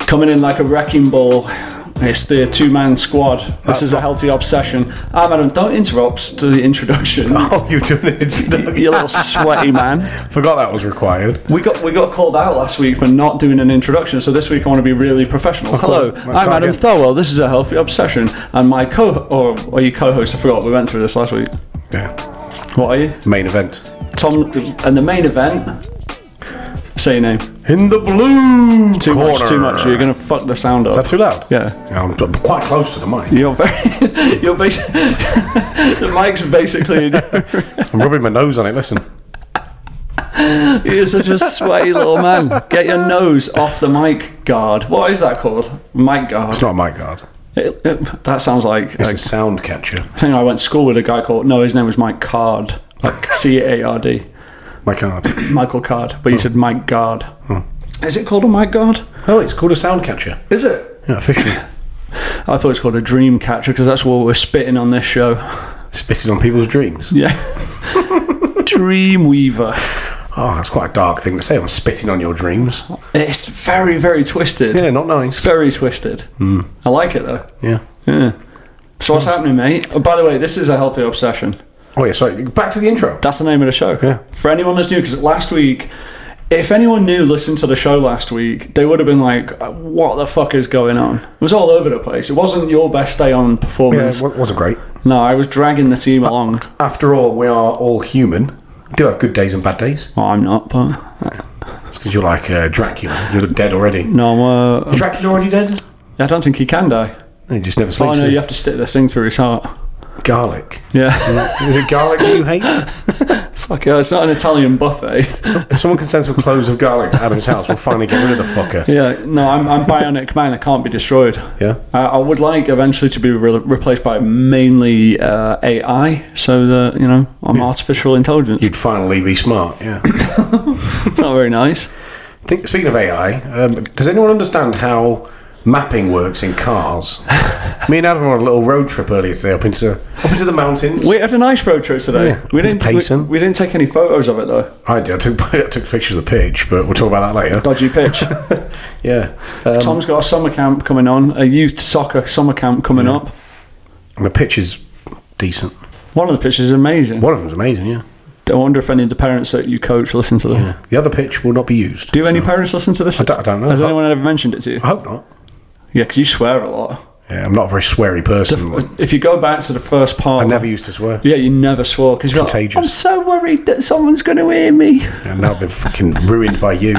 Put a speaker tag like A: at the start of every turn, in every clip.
A: coming in like a wrecking ball. It's the two man squad. This is a healthy obsession. Ah, madam, don't interrupt the introduction.
B: Oh, you've done an introduction.
A: you little sweaty man.
B: Forgot that was required.
A: We got we got called out last week for not doing an introduction, so this week I want to be really professional. Hello,
B: course. Let's
A: I'm
B: start
A: Adam
B: again.
A: Thorwell. This is a healthy obsession, and my co or are you co-host? I forgot. We went through this last week.
B: Yeah.
A: What are you,
B: Main event.
A: Tom? And the main event. Say your name.
B: In the blue
A: Too
B: corner.
A: much. Too much. You're gonna fuck the sound up.
B: That's too loud.
A: Yeah.
B: I'm I'm quite close to the mic.
A: You're very. You're basic. the mic's basically.
B: I'm rubbing my nose on it. Listen.
A: You're such a sweaty little man. Get your nose off the mic guard. What is that called? Mic guard.
B: It's not a mic guard.
A: It- it- that sounds like.
B: It's
A: like
B: a sound catcher.
A: I think I went to school with a guy called. No, his name was Mike Card. Like C A R D.
B: My card.
A: Michael Card. But you said Mike Guard. Is it called a mic guard?
B: Oh, it's called a sound catcher.
A: Oh. Is it?
B: Yeah, officially.
A: I thought it was called a dream catcher because that's what we're spitting on this show.
B: Spitting on people's dreams.
A: Yeah. dream Weaver.
B: Oh, that's quite a dark thing to say. I'm spitting on your dreams.
A: It's very, very twisted.
B: Yeah, not nice.
A: Very twisted. I like it though.
B: Hmm. Yeah.
A: Yeah. So what's happening, mate? Oh, by the way, this is a healthy obsession.
B: Oh, yeah, sorry. Back to the intro.
A: That's the name of the show.
B: Yeah.
A: For anyone that's new, because last week, if anyone new listened to the show last week, they would have been like, "What the fuck is going on?" It was all over the place. It wasn't your best day on
B: Yeah,
A: performance.
B: it wa- wasn't great.
A: no, I was dragging the team along.
B: After all, we are all human. Do have good days and bad days.
A: Well, I'm not, but
B: That's because you're like uh, Dracula. You're dead already.
A: no, I'm, uh,
B: Dracula already dead?
A: I don't think he can die.
B: He just never
A: Oh
B: sleeps.
A: no,
B: does he?
A: you have to stick the thing through his heart.
B: Garlic.
A: Yeah,
B: Is it garlic that you hate?
A: fuck yeah, it's not an Italian buffet.
B: If someone can send some cloves of garlic to Adam's house, we'll finally get rid of the fucker.
A: Yeah, no, I'm, I'm bionic man. I can't be destroyed.
B: Yeah.
A: Uh, I, I would like eventually to be re- replaced by mainly uh, AI, so that you know I'm artificial intelligence.
B: You'd finally be smart, yeah.
A: It's not very nice.
B: Think, speaking of AI, um, does anyone understand how mapping works in cars? Me and Adam were on a little road trip earlier today up into up into the mountains.
A: We had a nice road trip today.
B: Yeah,
A: we
B: to
A: didn't we,
B: Payson.
A: we didn't take any photos of it though.
B: I did. I took, I took pictures of the pitch, but we'll talk about that later.
A: Dodgy pitch.
B: Yeah. Um,
A: Tom's got a summer camp coming on, a youth soccer summer camp coming up.
B: and the pitch is decent.
A: One of the pitches is amazing.
B: One of them's amazing, yeah.
A: I wonder if any of the parents that you coach listen to this.
B: The other pitch will not be used.
A: Do any parents listen to this?
B: I don't, I don't know.
A: Has anyone ever mentioned it to you?
B: I hope not.
A: Yeah, because you swear a lot.
B: Yeah, I'm not a very sweary person.
A: If you go back to the first part,
B: I never used to swear.
A: Yeah, you never swore because you're like,
B: Contagious.
A: I'm so worried that someone's going to hear me.
B: and now I've been fucking ruined by you.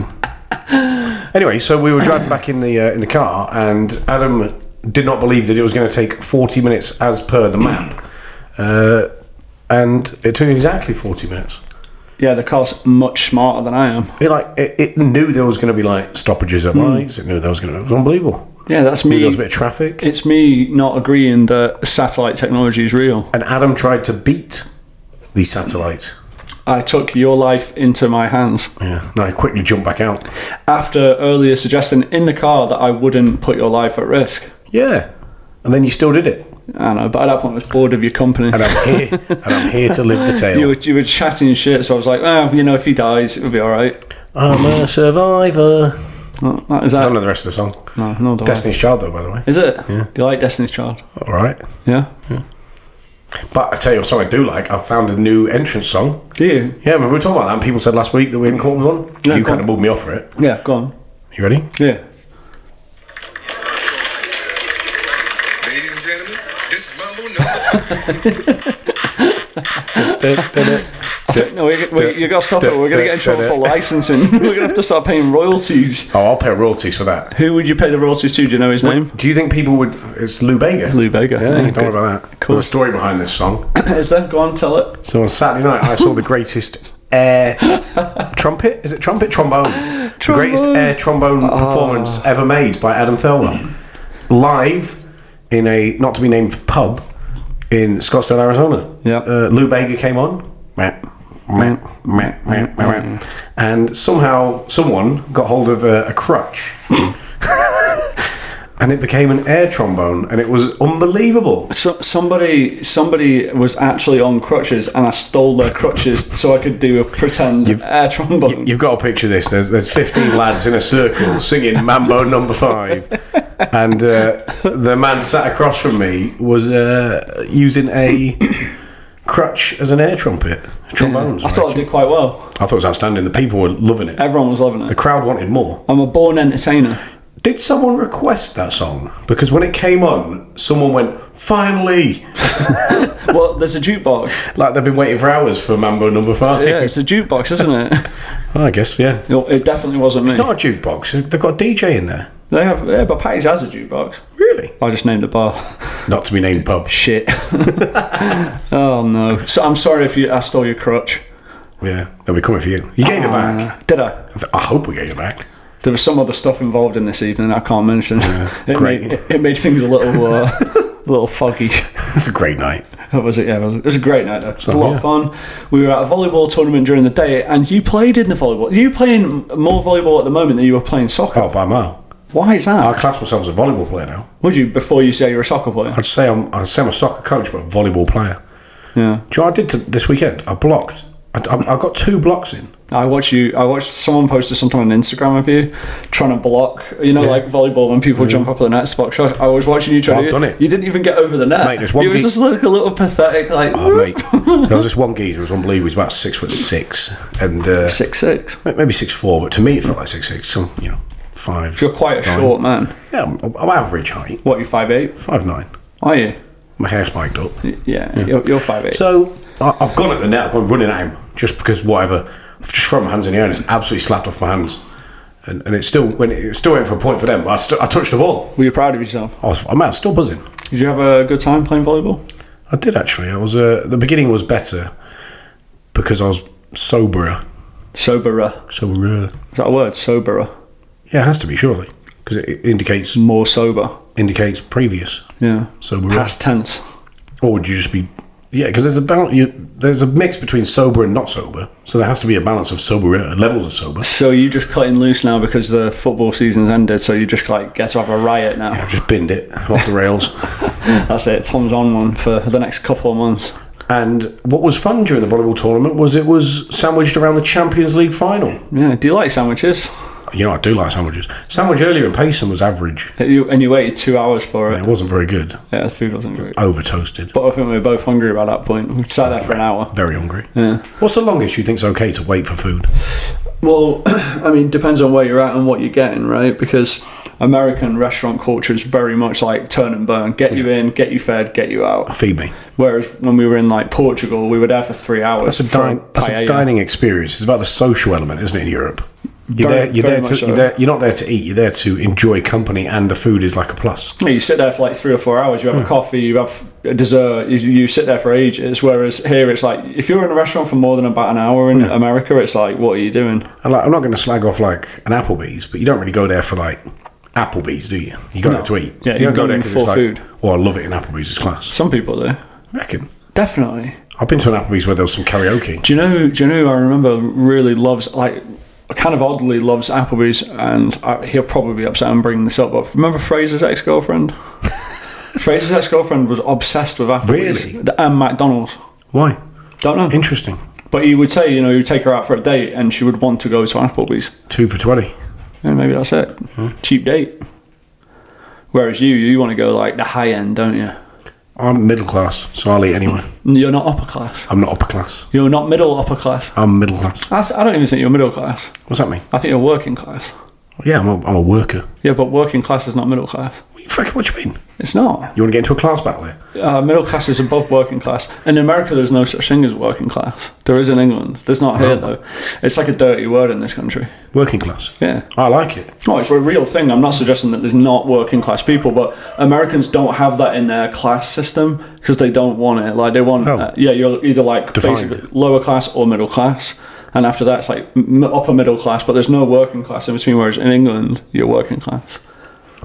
B: Anyway, so we were driving back in the uh, in the car, and Adam did not believe that it was going to take forty minutes as per the map, uh, and it took exactly forty minutes.
A: Yeah, the car's much smarter than I am.
B: It like it, it knew there was going to be like stoppages at lights. It knew there was going to. It was unbelievable.
A: Yeah, that's
B: It knew There
A: me.
B: was a bit of traffic,
A: It's me not agreeing that satellite technology is real.
B: and Adam tried to beat the satellite.
A: I took your life into my hands
B: Yeah, no, he quickly jumped back out.
A: after earlier suggesting in the car that I wouldn't put your life at risk.
B: Yeah, and then you still did it.
A: I don't know, but at that point I was bored of your company.
B: And I'm here, and I'm here to live the tale.
A: You were, you were chatting shit, so I was like, well, you know, if he dies, it'll be all right.
B: I'm a survivor.
A: Well, that is
B: I don't
A: that.
B: know the rest of the song.
A: No, no, do I.
B: Destiny's Child, though, by the way.
A: Is it? Yeah. You like Destiny's Child?
B: All right.
A: Yeah.
B: But I tell you what song I do like. I found a new entrance song.
A: Do you?
B: Yeah, remember we were talking about that, and people said last week that we hadn't come up with one.
A: Yeah,
B: you
A: go
B: kind of
A: on.
B: pulled me off for it.
A: Yeah, go on.
B: You ready?
A: Yeah.
C: Ladies and gentlemen, this is Mambo number five.
A: No, we, we, you got to stop it. We're going to get in trouble for licensing. We're going to have to start paying royalties.
B: Oh, I'll pay royalties for that.
A: Who would you pay the royalties to? Do you know his name?
B: Do you think people would? It's Lou Bega.
A: Lou Bega.
B: Yeah,
A: Yeah,
B: don't worry about that.
A: Cool.
B: There's a story behind this song.
A: Is there? Go on, tell it.
B: So on Saturday night, I saw the greatest air trumpet. Is it trumpet? Trombone. Ah. The greatest
A: Trombone.
B: air trombone performance ever made by Adam Thirlwell, live in a not to be named pub in Scottsdale, Arizona.
A: Yeah.
B: Uh, Lou Bega came on. Meh, meh, meh, meh, meh, meh. And somehow someone got hold of a, a crutch and it became an air trombone, and it was unbelievable.
A: So, somebody, somebody was actually on crutches, and I stole their crutches so I could do a pretend air trombone.
B: You've got to picture this. There's, there's 15 lads in a circle singing Mambo Number Five, and uh, the man sat across from me was uh, using a crutch as an air trumpet, trombone.
A: I thought I did quite well.
B: I thought it was outstanding. The people were loving it.
A: Everyone was loving
B: The
A: it.
B: crowd wanted more.
A: I'm a born entertainer.
B: Did someone request that song? Because when it came on, someone went, "Finally!"
A: Well, there's a jukebox.
B: Like they've been waiting for hours for Mambo Number Five.
A: Yeah, it's a jukebox, isn't it?
B: I guess, yeah.
A: No, it definitely wasn't me.
B: It's not a jukebox. They've got a DJ in there.
A: They have, yeah, but Patty's has a jukebox.
B: Really?
A: I just named a bar.
B: Not to be named pub.
A: Shit. oh no. So I'm sorry if you I stole your crutch.
B: Yeah, they'll be coming for you. You gave it back.
A: Uh, did I?
B: I th- I hope we gave it back.
A: There was some other stuff involved in this evening I can't mention. it,
B: great.
A: Made, it, it made things a little, uh, a little foggy.
B: It's a great night.
A: That was it. Yeah, it was, it was a great night. Though. It was a lot
B: yeah.
A: of fun. We were at a volleyball tournament during the day, and you played in the volleyball. You playing more volleyball at the moment than you were playing soccer.
B: Oh, by a mile.
A: Why is that?
B: I class myself as a volleyball player now.
A: Would you before you say you're a soccer player?
B: I'd say I'm. I'd say I'm a soccer coach, but a volleyball player.
A: Yeah.
B: Do you know what I did to, this weekend? I blocked. I, I, I got two blocks in.
A: I watch you. I watched someone posted something on Instagram of you trying to block. You know, like volleyball when people jump up at the net to block shots. I was watching you try.
B: I've
A: to-
B: done it.
A: You didn't even get over the net.
B: Mate, there's one
A: it was
B: gig-
A: just like a little pathetic, like
B: Oh, mate, there was this one geezer who was unbelievable. He was about six foot six, and uh,
A: six six.
B: ma- maybe six four, but to me it felt like six six. Some you know five.
A: You're quite a short man.
B: Yeah, I'm, I'm average height,
A: What you five eight?
B: five nine.
A: Are you?
B: My hair spiked up.
A: Yeah, You're, you're five eight.
B: So I, I've gone at the net. I've gone running at him just because whatever. I've just thrown my hands in the air and it's absolutely slapped off my hands. And, and it still went. It still went for a point for them. But I, st- I touched the ball.
A: Were you proud of yourself?
B: I was, I'm out, still buzzing.
A: Did you have a good time playing volleyball?
B: I did actually. I was. Uh, the beginning was better because I was soberer.
A: Soberer.
B: Soberer.
A: Is that a word? Soberer.
B: Yeah, it has to be surely because it, it indicates
A: More sober.
B: indicates previous
A: Yeah.
B: soberer.
A: Past tense.
B: Or would you just be? Yeah, because there's about you. There's a mix between sober and not sober. So there has to be a balance of soberer levels of sober.
A: So you just cutting loose now because the football season's ended. So you just like get to have a riot now.
B: I've just binned it off the rails.
A: That's it. Tom's on one for the next couple of months.
B: And what was fun during the volleyball tournament was it was sandwiched around the Champions League final.
A: Yeah. Do you like sandwiches?
B: You know, I do like sandwiches. Sandwich earlier in Payson was average.
A: You, and you waited two hours for
B: It
A: it.
B: wasn't very good.
A: Yeah, the food wasn't great.
B: Over toasted.
A: But I think we were both hungry by that point. We sat there for an hour.
B: Very hungry. What's the longest you think's okay to wait for food?
A: Well, I mean, depends on where you're at and what you're getting, right? Because American restaurant culture is very much like turn and burn: get you in, get you fed, get you out.
B: Feed me.
A: Whereas when we were in like Portugal, we were there for three hours.
B: That's a,
A: for
B: din- that's a
A: paella.
B: dining experience. It's about the social element, isn't it, in Europe? You're,
A: Very-
B: there, you're,
A: very
B: there
A: much
B: to,
A: so.
B: you're, there, you're not there to eat, you're there to enjoy company, and the food is like a plus.
A: Yeah, You sit there for like three or four hours. You have a coffee, you have a dessert. You, you sit there for ages. Whereas here, it's like if you're in a restaurant for more than about an hour in America, it's like, what are you doing?
B: And like, I'm not going to slag off like an Applebee's, but you don't really go there for like Applebee's, do you? You go there to eat.
A: Yeah,
B: you
A: you're
B: don't go
A: going
B: there 'cause
A: for
B: it's like,
A: food.
B: Oh, I love it in Applebee's. It's class.
A: Some people do.
B: I reckon.
A: Definitely.
B: I've been to an Applebee's where there was some karaoke.
A: Do you know? Do you know? who I remember really loves like kind of oddly loves Applebee's, and I, he'll probably be upset I'm bringing this up. But remember Fraser's ex girlfriend? Fraser's ex girlfriend was obsessed with Applebee's
B: Really?
A: Th- and McDonald's.
B: Why?
A: Don't know.
B: Interesting.
A: But he would say, you know, you take her out for a date, and she would want to go to Applebee's.
B: Two for twenty.
A: Yeah, maybe that's it. Cheap date. Whereas you, you want to go like the high end, don't you?
B: I'm middle class, so I'll eat anywhere.
A: You're not upper class.
B: I'm not upper class.
A: You're not middle upper class.
B: I'm middle class.
A: I, th- I don't even think you're middle class.
B: What's that mean?
A: I think you're working class.
B: Yeah, I'm a, I'm a worker.
A: Yeah, but working class is not middle class.
B: What you- fuck, what you mean?
A: It's not.
B: You want to get into a class battle here?
A: Uh, middle class is above working class. In America, there's no such thing as working class. There is in England. There's not here, though. It's like a dirty word in this country.
B: Working class.
A: Yeah.
B: I like it.
A: No, it's a real thing. I'm not suggesting that there's not working class people, but Americans don't have that in their class system because they don't want it. Like they want,
B: Oh.
A: uh, yeah, you're either like
B: Defined.
A: basically lower class or middle class, and after that it's like m- upper middle class. But there's no working class in between. Whereas in England, you're working class.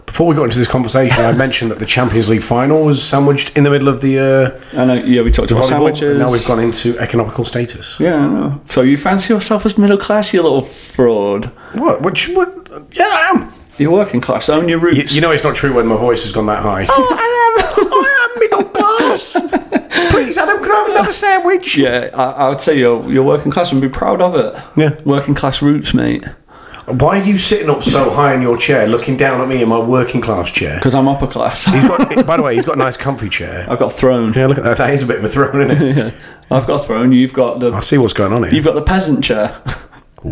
B: Before we got into this conversation, I mentioned that the Champions League final was sandwiched in the middle of the, uh,
A: I know. Yeah, we talked
B: the
A: about
B: volleyball.
A: sandwiches.
B: And now we've gone into economical status.
A: Yeah, I know. So you fancy yourself as middle class, you little fraud?
B: What? Which? What? Yeah, I am.
A: You're working class. Own your roots.
B: You, you know it's not true when my voice has gone that high. Oh, I am. I am middle class. Please, Adam, can I have another sandwich?
A: yeah, I, I would say you're you're working class and be proud of it.
B: Yeah.
A: working class roots, mate.
B: Why are you sitting up so high in your chair, looking down at me in my working class chair?
A: Because I'm upper class.
B: He's got, by the way, he's got a nice comfy chair.
A: I've got thrown.
B: Yeah, look at that. That is a bit of a throne, isn't it?
A: I've got thrown. You've got
B: I
A: the
B: see what's going on here.
A: you've got the peasant chair.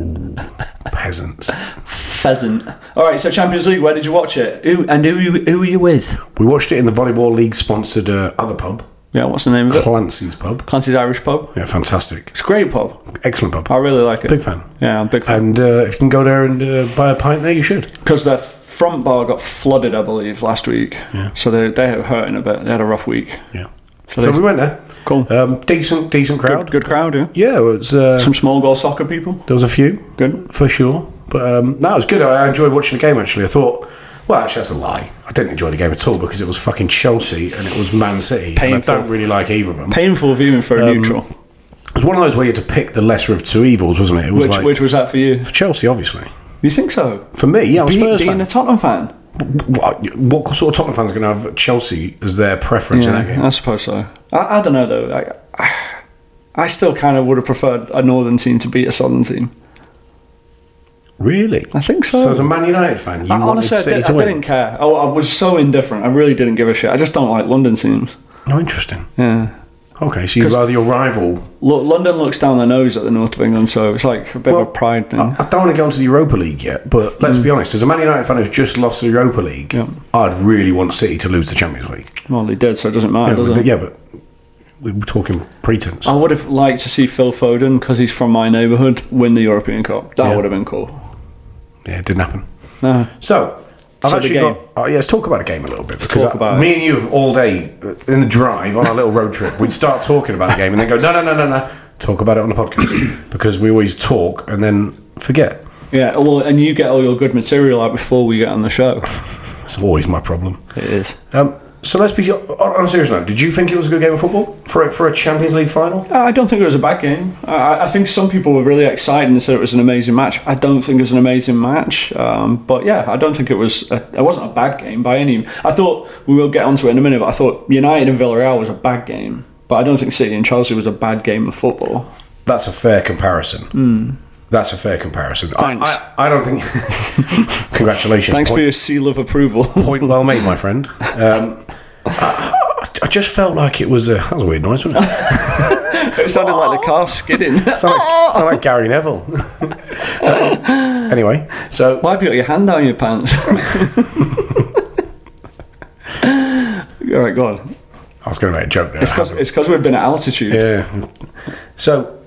B: Peasants.
A: Pheasant. All right. So Champions League. Where did you watch it? Who and who you, who were you with?
B: We watched it in the Volleyball League sponsored uh, other pub,
A: Yeah. What's the name of it?
B: Clancy's Pub.
A: Clancy's Irish Pub.
B: Yeah, fantastic.
A: It's a great pub.
B: Excellent pub.
A: I really like it.
B: Big fan.
A: Yeah, I'm a big fan.
B: And uh, if you can go there and uh, buy a pint there, you should.
A: because their front bar got flooded, I believe, last week.
B: Yeah.
A: So they they were hurting a bit. They had a rough week.
B: Yeah.
A: So
B: So,
A: they-
B: we went there.
A: Cool.
B: Um, decent, decent crowd.
A: Good, good crowd, yeah.
B: Yeah, it was, uh,
A: Some small goal soccer people.
B: there was a few.
A: Good.
B: for sure. But um, no, it was good. I I enjoyed watching the game. Actually, I thought. Well, actually, that's a lie. I didn't enjoy the game at all because it was fucking Chelsea and it was Man City. And
A: Painful.
B: I don't really like either of them.
A: Painful viewing for a neutral.
B: It Um, was one of those where you had to pick the lesser of two evils, wasn't it? It was
A: Which
B: like
A: which was that for you?
B: Chelsea, obviously.
A: You think so?
B: For me, yeah, I was
A: Be,
B: Spurs
A: being
B: fan.
A: a Tottenham fan.
B: what, what sort of Tottenham fans going to have Chelsea as their preference in that game?
A: Yeah, I suppose so. I, I don't know though. I, I still kind of would have preferred a northern team to beat a southern team.
B: Really?
A: I think so.
B: So, as a Man United fan, you
A: I,
B: wanted
A: honestly, I,
B: City
A: did,
B: to
A: I
B: win.
A: didn't care. I, I was so indifferent. I really didn't give a shit. I just don't like London teams.
B: Oh, interesting.
A: Yeah.
B: Okay, so you'd rather your rival
A: Look, London looks down their nose at the north of England, so it's like a bit
B: Well, uh,
A: of a pride thing. Mm.
B: I don't want to go into the Europa League yet, but let's be honest. As a Man United fan who's just lost the Europa League,
A: Yeah.
B: I'd really want City to lose the Champions League.
A: well, they did, so it doesn't matter,
B: Yeah,
A: does
B: but,
A: it? Oh.
B: yeah, but we were talking pretense.
A: I would have liked to see Phil Foden because he's from my neighbourhood win the European Cup. That
B: Yeah.
A: would have been cool.
B: Yeah, it didn't happen.
A: No.
B: So.
A: So
B: I've
A: the
B: actually
A: game.
B: got. Oh, yeah, let's talk about a game a little bit because
A: talk
B: I-
A: about
B: me and you have all day uh, in the drive on our little road trip. We'd start talking about a game and then go, no, no, no, no, no, talk about it on the podcast because we always talk and then forget.
A: Yeah. Well, and you get all your good material out before we get on the show.
B: That's always my problem.
A: it is.
B: Um, so let's be on, on a serious note. Did you think it was a good game of football for a, for a Champions League final?
A: Uh, I don't think it was a bad game. I- I, I think some people were really excited and said it was an amazing match. I don't think it was an amazing match, um, but yeah, I don't think it was. A, it wasn't a bad game by any. I thought we will get onto it in a minute, but I thought United and Villarreal was a bad game, but I don't think City and Chelsea was a bad game of football.
B: That's a fair comparison. That's a fair comparison. I-
A: Hmm. Thanks.
B: I, I, don't think. Congratulations.
A: Thanks for
B: point,
A: your seal of approval.
B: point well made, my friend. Um, I, I just felt like it was a. That was a weird noise, wasn't it?
A: it sounded like the car skidding.
B: It's like, sounded like Gary Neville. Um, anyway, so
A: Why have you got your hand down your pants? All right, go on.
B: I was going to make a joke there. I haven't.
A: It's because we've been at altitude.
B: Yeah. So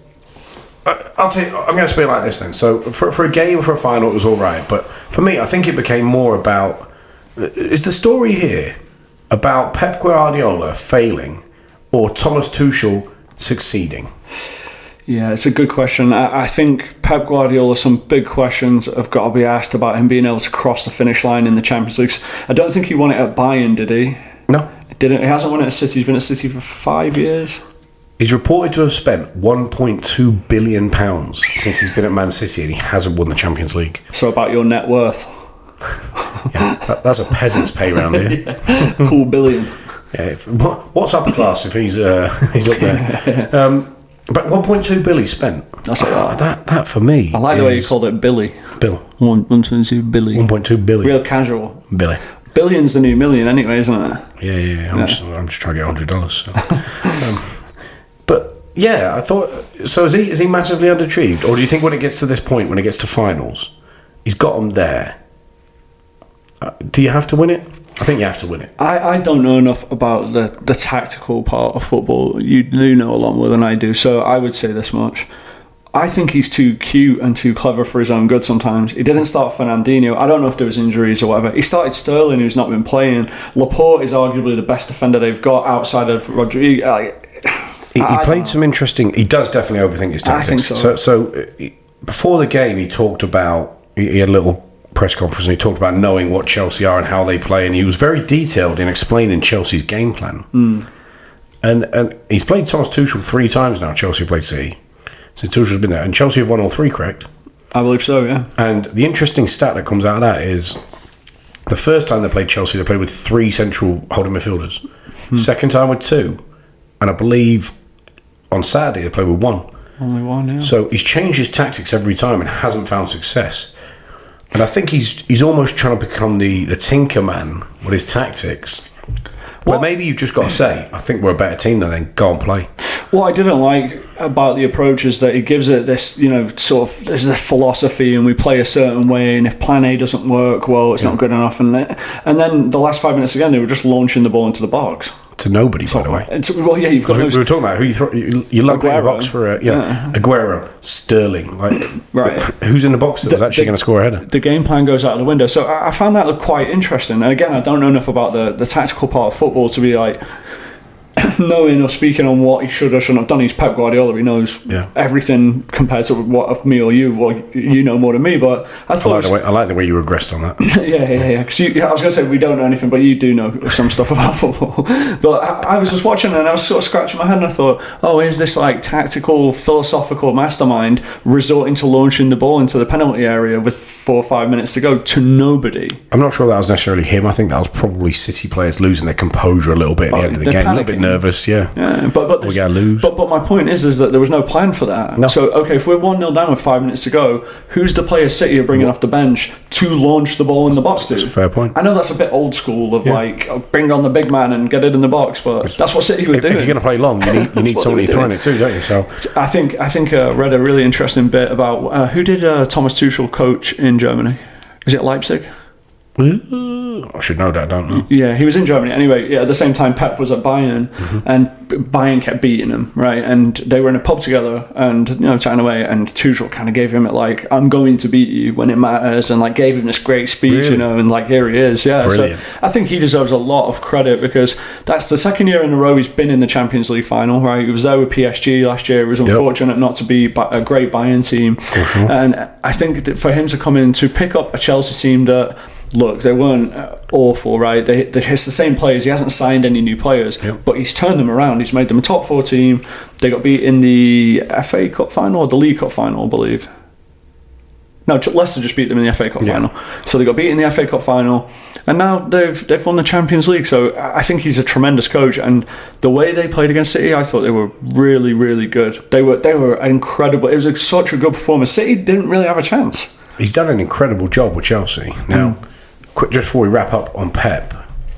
B: I- I'll tell you, I'm going to speak like this then. So for, for a game for a final, it was all right, but for me, I think it became more about is the story here about Pep Guardiola failing or Thomas Tuchel succeeding?
A: Yeah, it's a good question. I, I think Pep Guardiola, some big questions have got to be asked about him being able to cross the finish line in the Champions League. I don't think he won it at Bayern, did he?
B: No.
A: Didn't he hasn't won it at City. He's been at City for five years.
B: He's reported to have spent 1.2 billion pounds since he's been at Man City, and he hasn't won the Champions League.
A: So about your net worth,
B: Yeah, that- that's a peasant's pay round here.
A: cool billion.
B: Yeah, if, what, what's upper class if he's uh, he's up there? Um, but 1.2 billy spent.
A: That's all right.
B: That that for me.
A: I like the way you called it, Billy.
B: Bill.
A: One, one, two, two, Billy.
B: 1.2 billy.
A: Real casual.
B: Billy.
A: Billion's the new million, anyway, isn't it?
B: Yeah, yeah. yeah. I'm, Just, I'm just trying to get 100 dollars. Um, but yeah, I thought. So is he is he massively underachieved, or do you think when it gets to this point, when it gets to finals, he's got him there? Uh, do you have to win it? I think you have to win it.
A: I, I don't know enough about the, the tactical part of football. You do know a lot more than I do, so I would say this much. I think he's too cute and too clever for his own good sometimes. He didn't start Fernandinho. I don't know if there was injuries or whatever. He started Sterling, who's not been playing. Laporte is arguably the best defender they've got outside of uh, Rodriguez. Like,
B: He, he
A: I- I
B: played
A: don't
B: some interesting. He does definitely overthink his
A: I
B: tactics.
A: think so.
B: So, so, uh, he- before the game, he talked about he he had a little press conference and he talked about knowing what Chelsea are and how they play, and he was very detailed in explaining Chelsea's game plan.
A: Hmm.
B: And and he's played Thomas Tuchel three times now. Chelsea played City. So Tuchel's been there, and Chelsea have won all three, correct?
A: I believe so, yeah.
B: And the interesting stat that comes out of that is The first time they played Chelsea, they played with three central holding midfielders. Second time with two, and I believe on Saturday they played with one.
A: Only one, yeah.
B: So he's changed his tactics every time and hasn't found success. And I think he's he's almost trying to become the the Tinker Man with his tactics. Well, maybe you've just got to say, I think we're a better team than then. Go and play.
A: What I didn't like about the approach is that it gives it this, you know, sort of this is a philosophy, and we play a certain way, and if Plan A doesn't work, well, it's not good enough, and then, and then the last five minutes again, they were just launching the ball into the box.
B: To nobody, by the way.
A: And so, well, yeah, you've got
B: We,
A: no.
B: we were talking about who you throw, you, you lug in the
A: Aguero.
B: box for a, yeah, Aguero, Sterling, like
A: Right.
B: who's in the box that was actually
A: the-
B: going to score a header?
A: the game plan goes out of the window. So I, I found that quite interesting. And again, I don't know enough about the, the tactical part of football to be like knowing or speaking on what he should or shouldn't have done. He's Pep Guardiola. He knows
B: Yeah.
A: everything compared to what me or you. Well, you know more than me, but I
B: I
A: thought.
B: like, the
A: it was-
B: way, I like the way you regressed on that.
A: yeah, yeah, yeah. 'Cause you, yeah, I was going to say we don't know anything, but you do know some stuff about football. but I, I was just watching and I was sort of scratching my head and I thought, oh, is this like tactical, philosophical mastermind resorting to launching the ball into the penalty area with four or five minutes to go to nobody?
B: I'm not sure that was necessarily him. I think that was probably City players losing their composure a little bit at the end of the
A: Oh, they're
B: game, a little bit
A: panicking.
B: nervous. Yeah,
A: Yeah, Uh, but but
B: We gotta lose.
A: But but my point is is that there was no plan for that.
B: No.
A: So okay, if we're one 0 down with five minutes to go, who's the player City are bringing off the bench to launch the ball in the box? To that's
B: a fair point.
A: I know that's a bit old school of like oh, bring on the big man and get it in the box, but that's what City were
B: If
A: doing.
B: you're going to play long, you need, you
A: That's
B: need
A: what
B: somebody
A: they were
B: throwing it too, don't you? So
A: I think I think uh, read a really interesting bit about uh, who did uh, Thomas Tuchel coach in Germany. Is it Leipzig?
B: I should know that, don't I?
A: Yeah, he was in Germany anyway. Yeah, at the same time, Pep was at Bayern,
B: Mm-hmm.
A: and B- Bayern kept beating him, right? And they were in a pub together, and you know, chatting away. And Tuchel kind of gave him it like, "I'm going to beat you when it matters," and like gave him this great speech,
B: Really?
A: you know, and like here he is. Yeah,
B: Brilliant.
A: so I think he deserves a lot of credit because that's the second year in a row he's been in the Champions League final, right? He was there with PSG last year. It was unfortunate not to be ba- a great Bayern team, and I think that for him to come in to pick up a Chelsea team that look they weren't uh, awful, right? They, they it's the same players. He hasn't signed any new players, but he's turned them around. He's made them a top four team. They got beat in the FA Cup final or the League Cup final, I believe. No, Ch- Leicester just beat them in the FA Cup final, so they got beaten in the FA Cup final, and now they've they've won the Champions League. So I I think he's a tremendous coach, and the way they played against City, I thought they were really really good. They were they were incredible. It was a, such a good performance. City didn't really have a chance.
B: He's done an incredible job with Chelsea. Now,
A: Hmm.
B: quick, just before we wrap up on Pep,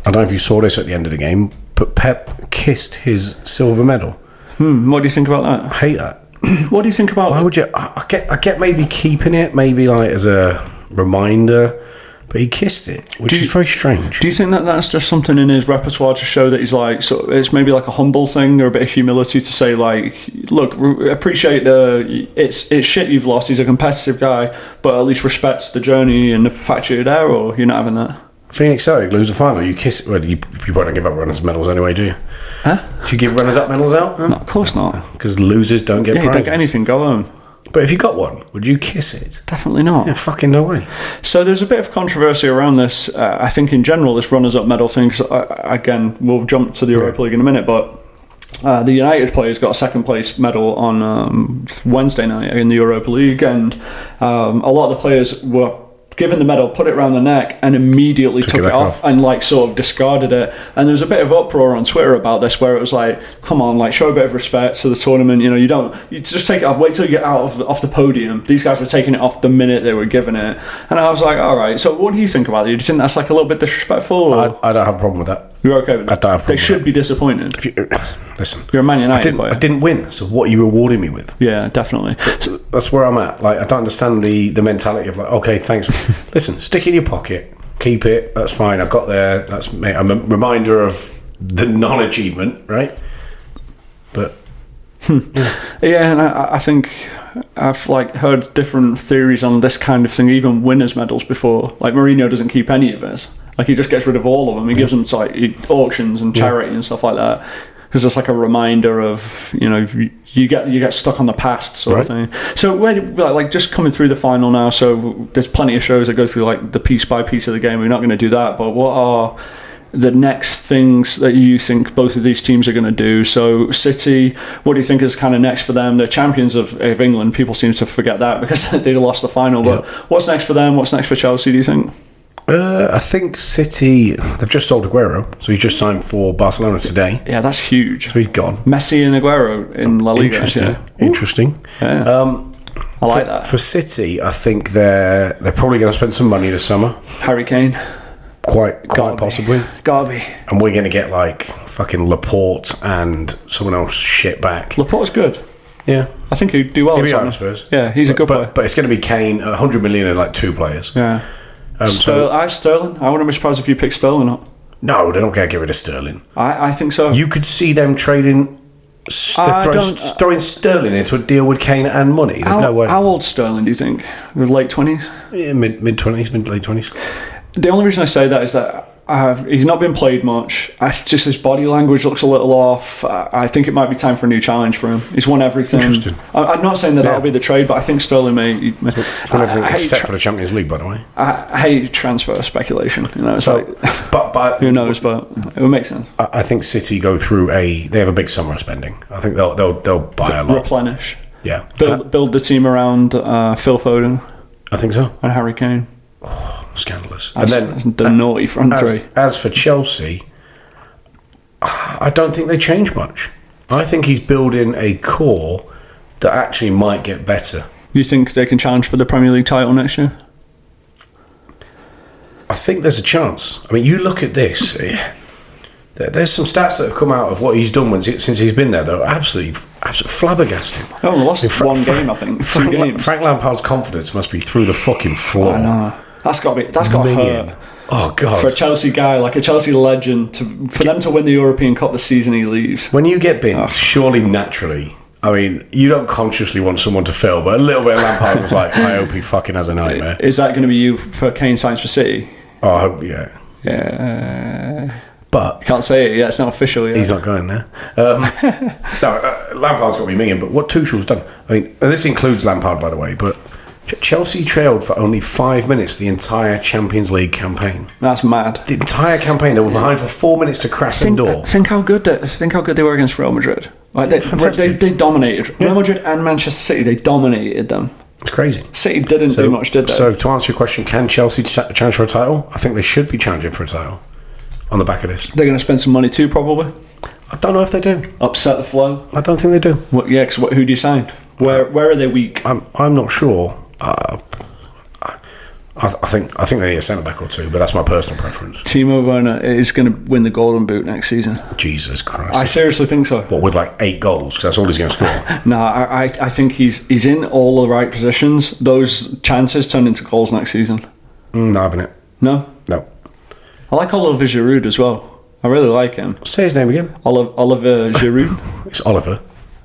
B: I don't know if you saw this at the end of the game, but Pep kissed his silver medal.
A: Hmm, what do you think about that?
B: I hate that.
A: What do you think about?
B: Why would you? I I get, I get maybe keeping it, maybe like as a reminder, but he kissed it, which is very strange.
A: do you think that that's just something in his repertoire to show that he's like, so it's maybe like a humble thing or a bit of humility to say like, look, re- appreciate the it's it's shit you've lost. He's a competitive guy, but at least respects the journey and the fact you're there, or you're not having that.
B: Phoenix Celtic lose the final. You kiss. Well, you, you probably don't give up runners medals anyway, do you?
A: Huh?
B: Do you give runners up medals out?
A: No, of course not.
B: Because losers don't get
A: Yeah, you don't
B: prizes.
A: get anything. Go home.
B: But if you got one, would you kiss it?
A: Definitely not.
B: Yeah, fucking no way.
A: So there's a bit of controversy around this. Uh, I think in general, this runners-up medal thing. 'cause, uh, again, we'll jump to the Europa League in a minute, but uh, the United players got a second-place medal on um, Wednesday night in the Europa League, and um, a lot of the players were given the medal, put it around the neck, and immediately took,
B: it
A: it
B: back
A: off,
B: off.
A: and like sort of discarded it. And there was a bit of uproar on Twitter about this, where it was like, "Come on, like show a bit of respect to the tournament. You know, you don't, you just take it off. Wait till you get out of off the podium." These guys were taking it off the minute they were given it, and I was like, "All right, so what do you think about it? Do you think that's like a little bit disrespectful, or
B: I, I don't have a problem with that.
A: you're okay with
B: I don't have a
A: it? They
B: problem with
A: should be disappointed.
B: If you, listen,
A: You're a Man United
B: I didn't,
A: player.
B: I didn't win, so what are you rewarding me with?
A: Yeah, definitely.
B: That's where I'm at. Like, I don't understand the the mentality of like, okay, thanks. listen, stick it in your pocket, keep it. That's fine. I got there. That's ma- I'm a reminder of the non-achievement, right? But
A: Yeah, and I, I think I've like heard different theories on this kind of thing, even winners' medals before. Like Mourinho doesn't keep any of his. Like he just gets rid of all of them. He gives them to like he- auctions and charity and stuff like that. Because it's like a reminder of you know you, you get you get stuck on the past sort of
B: Right.
A: thing. So where do- like, like just coming through the final now. So there's plenty of shows that go through like the piece by piece of the game. We're not going to do that. But what are the next things that you think both of these teams are going to do. So, City, what do you think is kind of next for them? They're champions of, of England. People seem to forget that because they lost the final. But what's next for them? What's next for Chelsea? Do you think?
B: Uh, I think City they've just sold Aguero, so he just signed for Barcelona today.
A: Yeah, that's huge.
B: So he's gone.
A: Messi and Aguero in La Liga.
B: Interesting.
A: Yeah. Uh.
B: Interesting. Um,
A: I like
B: for,
A: that.
B: for City, I think they're they're probably going to spend some money this summer,
A: Harry Kane,
B: quite
A: Gotta
B: quite
A: be.
B: possibly,
A: Garby,
B: and we're going to get like fucking Laporte and someone else shit back.
A: Laporte's good.
B: Yeah,
A: I think he'd do well.
B: He'll
A: at
B: be
A: Tottenham.
B: alright, I suppose.
A: Yeah, he's a good player.
B: but but it's going to be Kane, hundred million and like two players.
A: Yeah.
B: Um,
A: Sterling,
B: so,
A: I Sterling. I wouldn't be surprised if you pick Sterling up.
B: no, they're not going to get rid of Sterling.
A: I, I think so.
B: You could see them trading, s-
A: I
B: throwing,
A: don't-
B: s- throwing Sterling into a deal with Kane and money. There's
A: how,
B: no way.
A: how old Sterling do you think? Late twenties.
B: Yeah, mid mid twenties, mid late twenties.
A: The only reason I say that is that uh, he's not been played much. I, just his body language looks a little off. I, I think it might be time for a new challenge for him. He's won everything.
B: Interesting.
A: I, I'm not saying that
B: Yeah.
A: that'll be the trade, but I think Sterling may. he- may- I, I hate
B: except
A: tra-
B: for the Champions League, by the way.
A: I, I hate transfer speculation. You know, it's
B: So,
A: like,
B: but but
A: who knows? But it would make sense.
B: I I think City go through a. They have a big summer of spending. I think they'll they'll they'll buy a lot.
A: Replenish.
B: Yeah,
A: Build build the team around uh, Phil Foden
B: I think so.
A: and Harry Kane.
B: Scandalous.
A: That's,
B: and then
A: that's the naughty front three.
B: as, as for Chelsea, I don't think they change much. I think he's building a core that actually might get better.
A: You think they can challenge for the Premier League title next year?
B: I think there's a chance. I mean, you look at this. eh, there- There's some stats that have come out of what he's done when- since he's been there, though. Absolutely, absolutely flabbergasting.
A: They only lost
B: Fra-
A: Oh, one
B: Fra-
A: game, I think. Two
B: Frank, La-
A: games.
B: Frank Lampard's confidence must be through the fucking floor.
A: That's got to be. That's got to
B: Million.
A: hurt.
B: Oh god!
A: for a Chelsea guy, like a Chelsea legend, to for them to win the European Cup the season he leaves.
B: when you get big, surely naturally. I mean, you don't consciously want someone to fail, but a little bit of Lampard was like, I hope he fucking has a nightmare.
A: Is that going to be you for Kane signs for City?
B: Oh, I hope, yeah.
A: Yeah, uh,
B: But
A: can't say it. Yeah, it's not official yet.
B: he's not going there. Um, no, uh, Lampard's got me minging, but what Tuchel's done, I mean, and this includes Lampard, by the way, but Ch- Chelsea trailed for only five minutes the entire Champions League campaign.
A: That's mad.
B: The entire campaign, they were behind for four minutes to crash the
A: Think,
B: door.
A: think how good they, think how good they were against Real Madrid. Like they, they,
B: fantastic.
A: they dominated Real Madrid and Manchester City. They dominated them.
B: It's crazy.
A: City didn't do much, did they?
B: So, to answer your question, can Chelsea ch- challenge for a title? I think they should be challenging for a title on the back of this.
A: They're going to spend some money too, probably.
B: I don't know if they do.
A: Upset the flow.
B: I don't think they do.
A: What? Yeah, 'cause what, who do you sign? Where Where are they weak?
B: I'm, I'm not sure. Uh, I, I think I think they need a centre back or two, but that's my personal preference.
A: Timo Werner is going to win the Golden Boot next season.
B: Jesus
A: I
B: Christ!
A: seriously think so.
B: what with like eight goals? 'Cause that's all he's going to score.
A: No, I, I, I think he's he's in all the right positions. Those chances turn into goals next season.
B: mm, not having it.
A: No,
B: No.
A: I like Oliver Giroud as well. I really like him.
B: Say his name again.
A: Oliver, Oliver Giroud.
B: It's Oliver.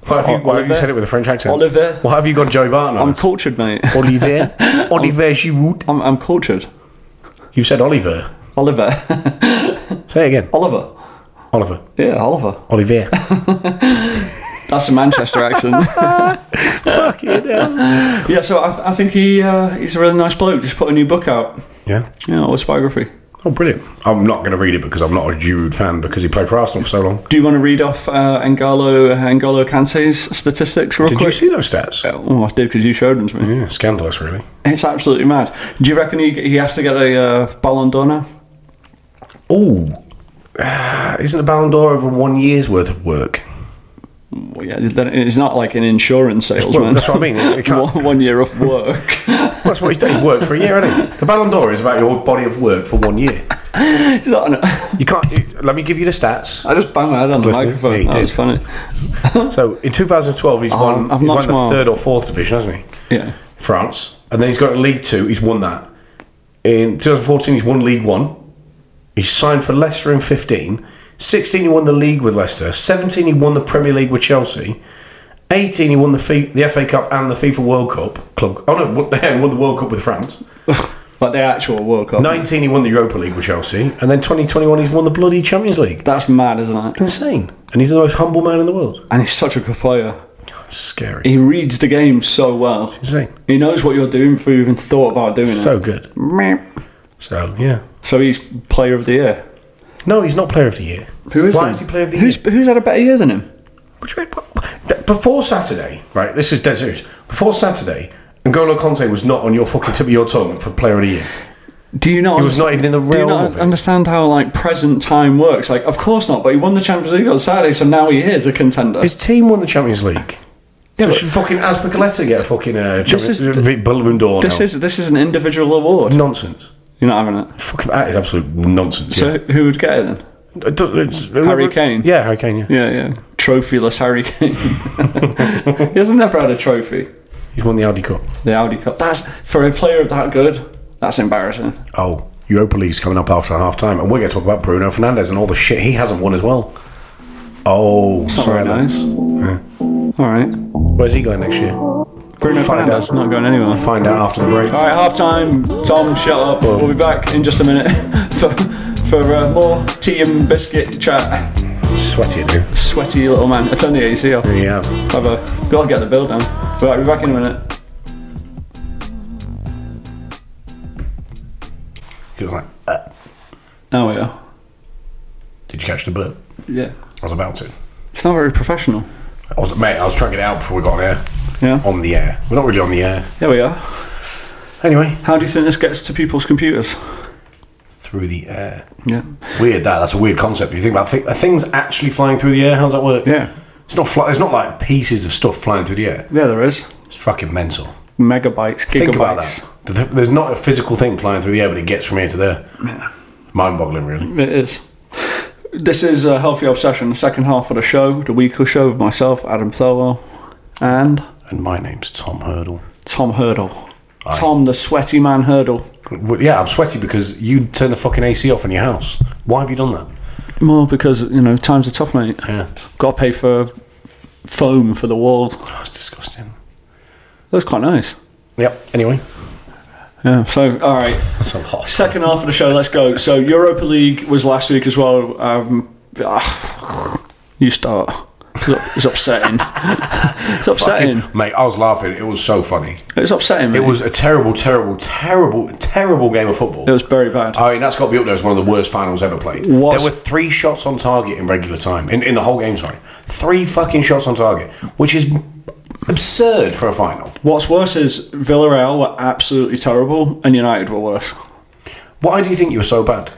B: Why have you, why have you
A: Oliver.
B: said it with a French accent?
A: Oliver.
B: Why have you gone Joey Barton? On
A: I'm
B: us?
A: cultured, mate.
B: Oliver. Oliver Giroud.
A: I'm, I'm cultured.
B: You said Oliver.
A: Oliver.
B: Say it again.
A: Oliver.
B: Oliver.
A: Yeah, Oliver.
B: Olivier.
A: That's a Manchester accent.
B: Fucking hell.
A: yeah, so I, I think he uh, he's a really nice bloke. Just put a new book out.
B: Yeah.
A: Yeah, autobiography.
B: Oh, brilliant. I'm not going to read it because I'm not a Giroud fan because he played for Arsenal for so long.
A: Do you want to read off uh, N'Golo, N'Golo Kante's statistics real
B: Did you
A: quick?
B: see those stats?
A: oh, I did because you showed them to me.
B: Yeah, scandalous, really.
A: It's absolutely mad. Do you reckon he, he has to get a uh, Ballon d'Or now?
B: Oh, Uh, isn't a Ballon d'Or over one year's worth of work?
A: Well, yeah, then it's not like an insurance salesman.
B: Well, that's what I mean, it can't-
A: one, one year off work.
B: That's what he's done. He's worked for a year, hasn't he? The Ballon d'Or is about your body of work for one year.
A: It's not an-
B: You can't. You, let me give you the stats.
A: I just banged my head on the
B: Listen,
A: microphone.
B: yeah, you
A: that
B: did.
A: was funny.
B: So in 2012, he's won.
A: I've
B: he's
A: not
B: won the
A: smiled.
B: third or fourth division, hasn't he?
A: Yeah.
B: France, and then he's got League Two. He's won that. In 2014, he's won League One. He signed for Leicester in 15. 16, he won the league with Leicester. 17, he won the Premier League with Chelsea. 18, he won the, Fi- the FA Cup and the FIFA World Cup. Club. Oh no, won- he won the World Cup with France.
A: Like the actual World Cup.
B: 19, he won the Europa League with Chelsea. And then 2021, he's won the bloody Champions League.
A: That's mad, isn't it?
B: Insane. And he's the most humble man in the world.
A: And he's such a good player.
B: Scary.
A: He reads the game so well.
B: Insane.
A: He knows what you're doing before you even thought about doing
B: So good.
A: it. Meep.
B: So, yeah.
A: So he's Player of the Year.
B: No, he's not Player of the Year.
A: Who is
B: Why
A: then?
B: is he Player of the
A: who's,
B: Year?
A: Who's had a better year than him?
B: What do you mean? What- what- Before Saturday, right, this is dead serious. Before Saturday, N'Golo Conte was not on your fucking tip of your tongue for Player of the Year.
A: Do you not?
B: He was not even in the
A: Do you
B: realm
A: not
B: of it.
A: understand how like present time works? Like, of course not. But he won the Champions League on Saturday, so now he is a contender.
B: His team won the Champions League. Yeah, but should fucking Aspicaletta get a fucking uh,
A: This is
B: Champions- Ballon d'Or
A: this
B: now?
A: is this is an individual award.
B: nonsense.
A: You're not having it.
B: Fuck, that is absolute nonsense.
A: So who would get it then?
B: yeah. It does- it's- whoever-
A: Kane.
B: Yeah, Harry Kane. Yeah.
A: Yeah, yeah. Trophyless Harry Kane. he hasn't never had a trophy.
B: he's won the Audi Cup.
A: The Audi Cup. That's for a player that good. That's embarrassing.
B: Oh, Europa League's coming up after half time, and we're going to talk about Bruno Fernandez and all the shit he hasn't won as well. Oh,
A: Not very
B: silence.
A: nice. All right.
B: Where's he going next year?
A: Bruno
B: Find
A: Fernandes
B: out.
A: not going anywhere.
B: Find out after the break.
A: All right, half time. Tom, shut up. We'll be back in just a minute for for uh, more tea and biscuit chat.
B: Sweaty, dude.
A: Sweaty little man. I turned the AC off.
B: You have.
A: Have a gotta get the bill down. Right, we'll be back in a minute.
B: He was like, uh,
A: Now we are.
B: Did you catch the burp?
A: Yeah.
B: I was about to.
A: It's not very professional.
B: I was, mate, I was trying to get it out before we got on air.
A: Yeah.
B: On the air. We're not really on the air.
A: There we are.
B: Anyway,
A: How do you think this gets to people's computers?
B: through the air.
A: Yeah.
B: Weird that. That's a weird concept. You think about th- are things actually flying through the air. How does that work?
A: Yeah.
B: It's not fly- It's not like pieces of stuff flying through the air.
A: Yeah, there is.
B: It's fucking mental.
A: Megabytes, gigabytes.
B: Think about that. Th- There's not a physical thing flying through the air, but it gets from here to there. Mind-boggling, really.
A: It is. This is a healthy obsession, the second half of the show, the weekly show with myself, Adam Thurlow, and
B: And my name's Tom Hurdle.
A: Tom Hurdle. Tom the sweaty man Hurdle.
B: Well, yeah, I'm sweaty because you turned the fucking AC off in your house. Why have you done that?
A: More because, you know, times are tough, mate.
B: Yeah,
A: Got to pay for foam for the walls. That
B: that's disgusting.
A: was quite nice.
B: Yep. Anyway,
A: Yeah, so, all right.
B: that's a lot.
A: Second half of the show, let's go. So, Europa League was last week as well. Um, ah, you start. It's up- it's upsetting. it's upsetting.
B: Mate, I was laughing. It was so funny.
A: It's upsetting, mate.
B: It was a terrible, terrible, terrible, terrible game of football.
A: It was very bad.
B: I mean, that's got to be up there as one of the worst finals ever played.
A: What?
B: There were three shots on target in regular time, in, in the whole game, sorry. Three fucking shots on target, which is absurd for a final.
A: What's worse is Villarreal were absolutely terrible, and United were worse.
B: Why do you think you were so bad?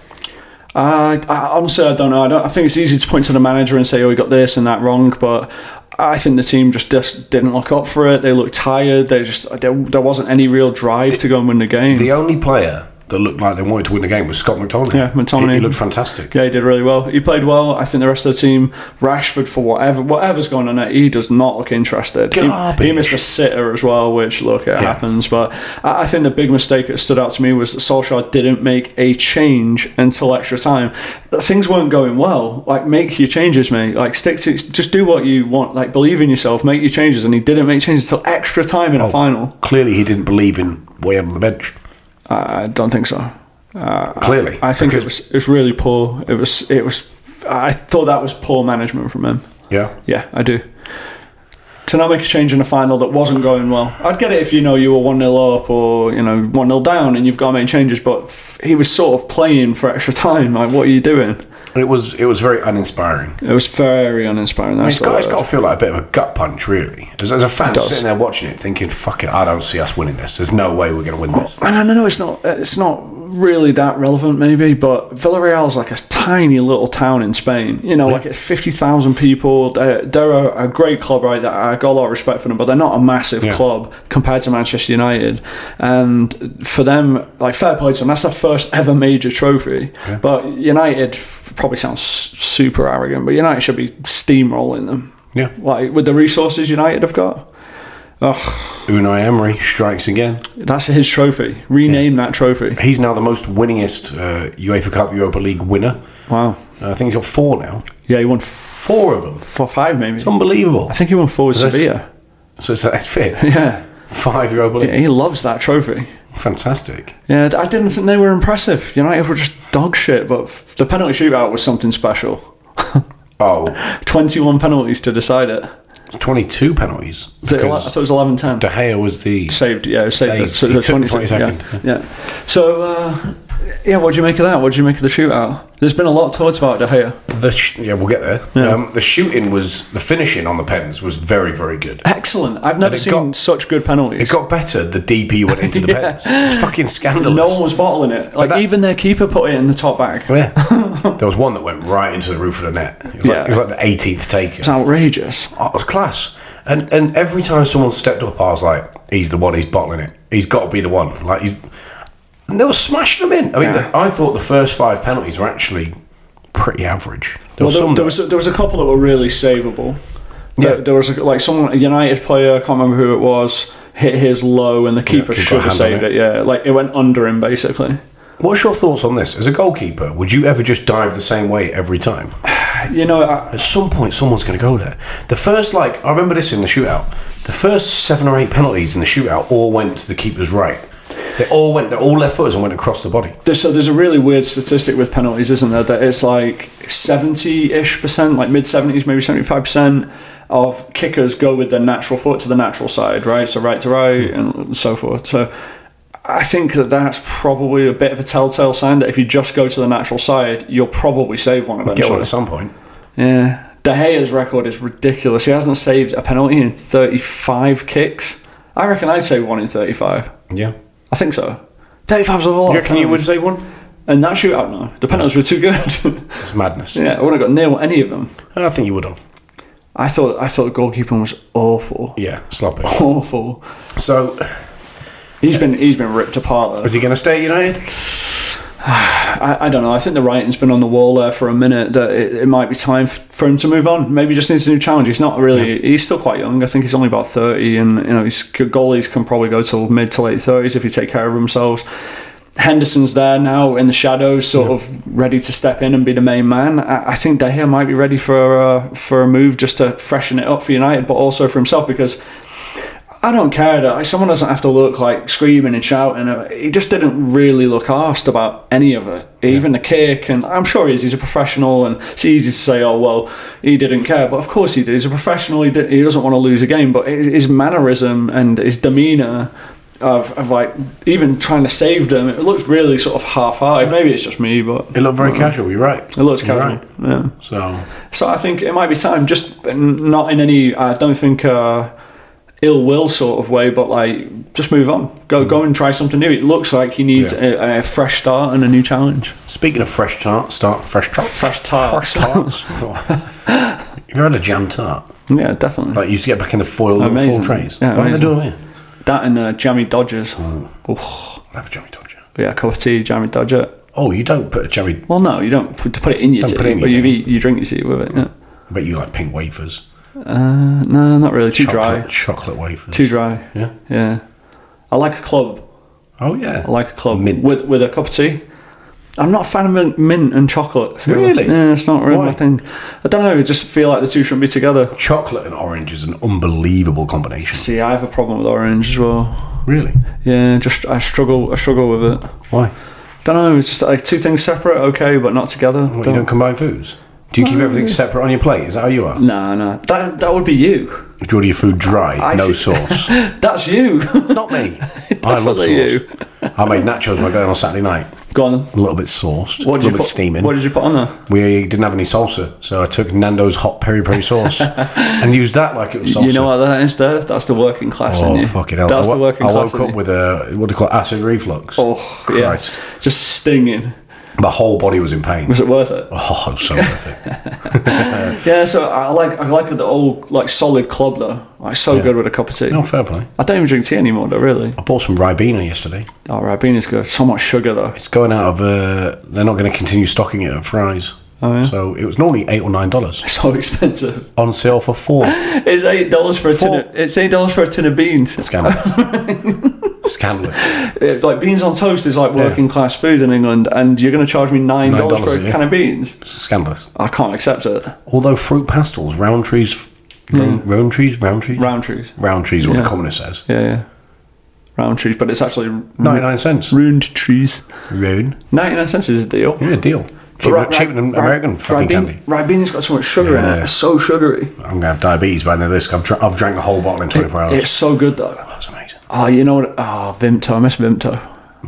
A: I, I honestly, I don't know. I, don't, I think it's easy to point to the manager and say, "Oh, he got this and that wrong," but I think the team just, just didn't look up for it. They looked tired. They just there, there wasn't any real drive to go and win the game.
B: The only player that looked like they wanted to win the game was Scott McTominay.
A: Yeah, McTominay.
B: He, he looked fantastic.
A: yeah, he did really well. He played well. I think the rest of the team, Rashford for whatever whatever's going on, there, he does not look interested. He,
B: Garbage.
A: he missed a sitter as well, which look it happens. But I, I think the big mistake that stood out to me was that Solskjaer didn't make a change until extra time. Things weren't going well. Like make your changes, mate. Like stick to just do what you want. Like believe in yourself. Make your changes, and he didn't make changes until extra time
B: Oh.
A: in a final.
B: Clearly, he didn't believe in way on the bench.
A: I I don't think so.
B: Clearly.
A: I think it
B: Because-
A: was it was really poor. It was it was. I thought that was poor management from him.
B: Yeah.
A: Yeah, I do. To not make a change in a final that wasn't going well. I'd get it if you know you were 1 0 up or, you know, 1 0 down and you've got to make changes, but f- he was sort of playing for extra time. Like, what are you doing?
B: It was, it was very uninspiring.
A: It was very uninspiring. That's
B: It's got, it's
A: the
B: got to
A: word.
B: feel like a bit of a gut punch, really. As, as a fan
A: does.
B: sitting there watching it, thinking, "Fuck it, I don't see us winning this. There's no way we're going to win this."
A: And I know it's not, it's not really that relevant, maybe, but Villarreal's like a tiny little town in Spain. You know, like it's 50,000 people. They're, they're a, a great club, right? I got a lot of respect for them, but they're not a massive
B: Yeah.
A: club. club compared to Manchester United. And for them, like fair play to them, that's their first ever major trophy. But United probably sounds super arrogant, but United should be steamrolling them.
B: Yeah.
A: Like with the resources United have got.
B: Unai Emery strikes again.
A: That's his trophy. Rename that trophy.
B: He's now the most winningest uh, UEFA Cup Europa League winner.
A: Wow.
B: Uh, I think he's got four now.
A: Yeah, he won f-
B: Four of them.
A: for five maybe.
B: It's unbelievable.
A: I think he won four with
B: That's-
A: Sevilla.
B: So it's that's fifth.
A: Yeah.
B: Five Europa League.
A: Yeah, he loves that trophy.
B: Fantastic.
A: Yeah, I didn't think they were impressive. United were just dog shit, but f- the penalty shootout was something special.
B: Oh,
A: 21 penalties to decide it.
B: 22 penalties.
A: Was it ele- I
B: Because
A: thought it was 11 10.
B: De Gea was the.
A: Saved, yeah, saved. saved.
B: Saved.
A: So
B: He
A: the
B: took the
A: 20
B: 22nd.
A: Yeah, yeah. So, uh, yeah, what do you make of that? What do you make of the shootout? There's been a lot talked about De Gea.
B: The sh- yeah, we'll get there. Um, the shooting was the finishing on the pens was very very good.
A: Excellent. I've never
B: it
A: seen
B: got-
A: such good penalties.
B: It got better the deeper you went into the
A: Yeah.
B: pens. It's fucking scandalous.
A: no one was bottling it. Like
B: that-
A: even their keeper put it in the top bag. It's
B: Yeah. there was one that went right into the roof of the net. It was,
A: Yeah.
B: like, it was like the 18th take. It
A: outrageous.
B: was class. And and every time someone stepped up, I was like, he's the one. He's bottling it. He's got to be the one. Like he's. And they were smashing them in. I mean,
A: Yeah.
B: the, I thought the first five penalties were actually pretty average. There
A: Well,
B: was
A: there,
B: some
A: there
B: that-
A: was a, there was a couple that were really savable.
B: Yeah.
A: There, there was a, like someone a United player, I can't remember who it was, hit his low and the keeper
B: keeper
A: should have
B: had hand on
A: saved it. Yeah, like it went under him basically.
B: What's your thoughts on this? As a goalkeeper, would you ever just dive the same way every time?
A: You know, I,
B: At some point, someone's going to go there. The first, like, I remember this in the shootout. The first seven or eight penalties in the shootout all went to the keeper's right. They all went, they're all left footers and went across the body.
A: there's, so there's a really weird statistic with penalties, isn't there? That it's like seventy-ish percent, like mid seventies, maybe seventy-five percent of kickers go with their natural foot to the natural side, right? So right to right and so forth. So I think that that's probably a bit of a telltale sign that if you just go to the natural side, you'll probably save one eventually.
B: Get one at some point.
A: Yeah. De Gea's record is ridiculous. He hasn't saved a penalty in 35 kicks. I reckon I'd save one in 35.
B: Yeah.
A: I think so. 35's a lot.
B: You
A: of
B: reckon you would
A: penalties.
B: save one?
A: And that shootout, no. The penalties were too good.
B: It's madness.
A: yeah, I wouldn't have got near any of them.
B: I think you would have.
A: I thought I thought goalkeeping was awful.
B: Yeah, sloppy.
A: Awful.
B: So,
A: He's been he's been ripped apart. Though.
B: is he going to stay at United?
A: I, I don't know. I think the writing's been on the wall there for a minute that it, it might be time f- for him to move on. Maybe he just needs a new challenge. He's not really. He's still quite young. I think he's only about thirty, and you know, his goalies can probably go till mid to late thirties if you take care of themselves. Henderson's there now in the shadows, sort of ready to step in and be the main man. I, I think De Gea might be ready for uh, for a move just to freshen it up for United, but also for himself because I don't care that like, someone doesn't have to look like screaming and shouting. He just didn't really look arsed about any of it, even the kick. And I'm sure he is. He's a professional, and it's easy to say, "Oh well, he didn't care." But of course he did. He's a professional. He, did, he doesn't want to lose a game. But his, his mannerism and his demeanour of, of like even trying to save them, it looks really sort of half-hearted. Maybe it's just me, but
B: It looked very casual, you're right.
A: it looks
B: You're
A: casual.
B: right.
A: Yeah.
B: So,
A: So I think it might be time, just n- not in any, I don't think uh, ill will sort of way, but like just move on, go go and try something new. It looks like he needs
B: Mm-hmm. Yeah.
A: a, a fresh start and a new challenge.
B: Speaking of fresh tart, start fresh tart.
A: Fresh tarts.
B: Fresh tarts. You've had a jam tart.
A: Yeah, definitely.
B: Like you used to get back in the foil little
A: Amazing.
B: foil trays.
A: Yeah,
B: Why do
A: amazing.
B: they do them here?
A: that and uh, jammy Dodgers.
B: Oh.
A: Oof.
B: I'll have a jammy dodger.
A: Yeah, cup of tea, jammy Dodger.
B: Oh, you don't put a jammy.
A: Well, no, you don't put, put it in your
B: Don't
A: tea,
B: put it in
A: but
B: your
A: you
B: tea.
A: eat, you drink your tea with it. Yeah.
B: I bet you like pink wafers.
A: Uh, no, not really. Too
B: chocolate,
A: dry.
B: Chocolate wafers.
A: Too dry.
B: Yeah.
A: Yeah. I like a club.
B: Oh yeah.
A: I like a club
B: Mint.
A: with with a cup of tea. I'm not a fan of min- mint and chocolate. so-
B: Really?
A: Yeah, it's not really
B: Why?
A: my thing. I don't know. I just feel like the two shouldn't be together.
B: chocolate and orange is an unbelievable combination.
A: See, I have a problem with orange as well.
B: Really?
A: Yeah, just I struggle. I struggle with it.
B: Why?
A: Don't know. It's just like two things separate, okay, but not together.
B: What, you don't combine foods. Do you keep everything separate on your plate? Is that how you are?
A: nah, nah. That that would be you.
B: Do you order your food dry,
A: I
B: no
A: see.
B: sauce?
A: That's you.
B: It's not me. I love sauce.
A: Definitely you.
B: I made nachos when I got in on Saturday night.
A: Go on.
B: A little bit sauced,
A: What
B: a
A: did
B: little
A: you
B: bit
A: put?
B: steaming.
A: What did you put on there?
B: We didn't have any salsa, so I took Nando's hot peri peri sauce and used that like it was salsa.
A: You know what that is? There. That's the working class.
B: Oh
A: in you.
B: fucking hell!
A: That's
B: I, wo-
A: the working
B: I
A: class. in
B: woke up
A: you.
B: with a what do you call it, acid reflux?
A: Oh,
B: Christ!
A: yeah. Just stinging.
B: My whole body was in pain.
A: Was it worth it?
B: oh, it was so worth it.
A: Yeah, so I like I like the old like solid club though. Like so good with a cup of tea.
B: No fair play.
A: I don't even drink tea anymore though, really.
B: I bought some Ribena yesterday.
A: Oh, Ribena is good. So much sugar though.
B: It's going out of. Uh, they're not going to continue stocking it at Fry's.
A: Oh, yeah?
B: So it was normally eight or nine dollars
A: It's so expensive.
B: on sale for four.
A: It's eight dollars for a tin.
B: Four-
A: Of, it's eight dollars for a tin of beans.
B: Scandalous. Scandalous.
A: It- like beans on toast is like working class food in England, and you're going to charge me nine dollars
B: $9,
A: for a
B: yeah.
A: can of beans.
B: Scandalous.
A: I can't accept it.
B: Although fruit pastels, round trees, round, round trees, round trees, round,
A: Hmm. Round trees.
B: trees, what
A: Yeah. Hmm.
B: the commoner says.
A: Yeah, yeah. Round trees, but it's actually
B: Ninety nine cents.
A: ruined trees.
B: Round.
A: Ninety nine cents is a deal.
B: Yeah, deal. Cheaper,
A: But ri-
B: cheaper than
A: ri-
B: American fucking
A: Ribena-
B: candy.
A: Ribena's got so much sugar in it.
B: Yeah.
A: It's so sugary.
B: I'm gonna have diabetes by the end of this. I've, dr- I've drank the whole bottle in 24 hours.
A: It's so good though. Ah,
B: That's amazing.
A: Oh, you know what? Oh, Vimto. I miss Vimto.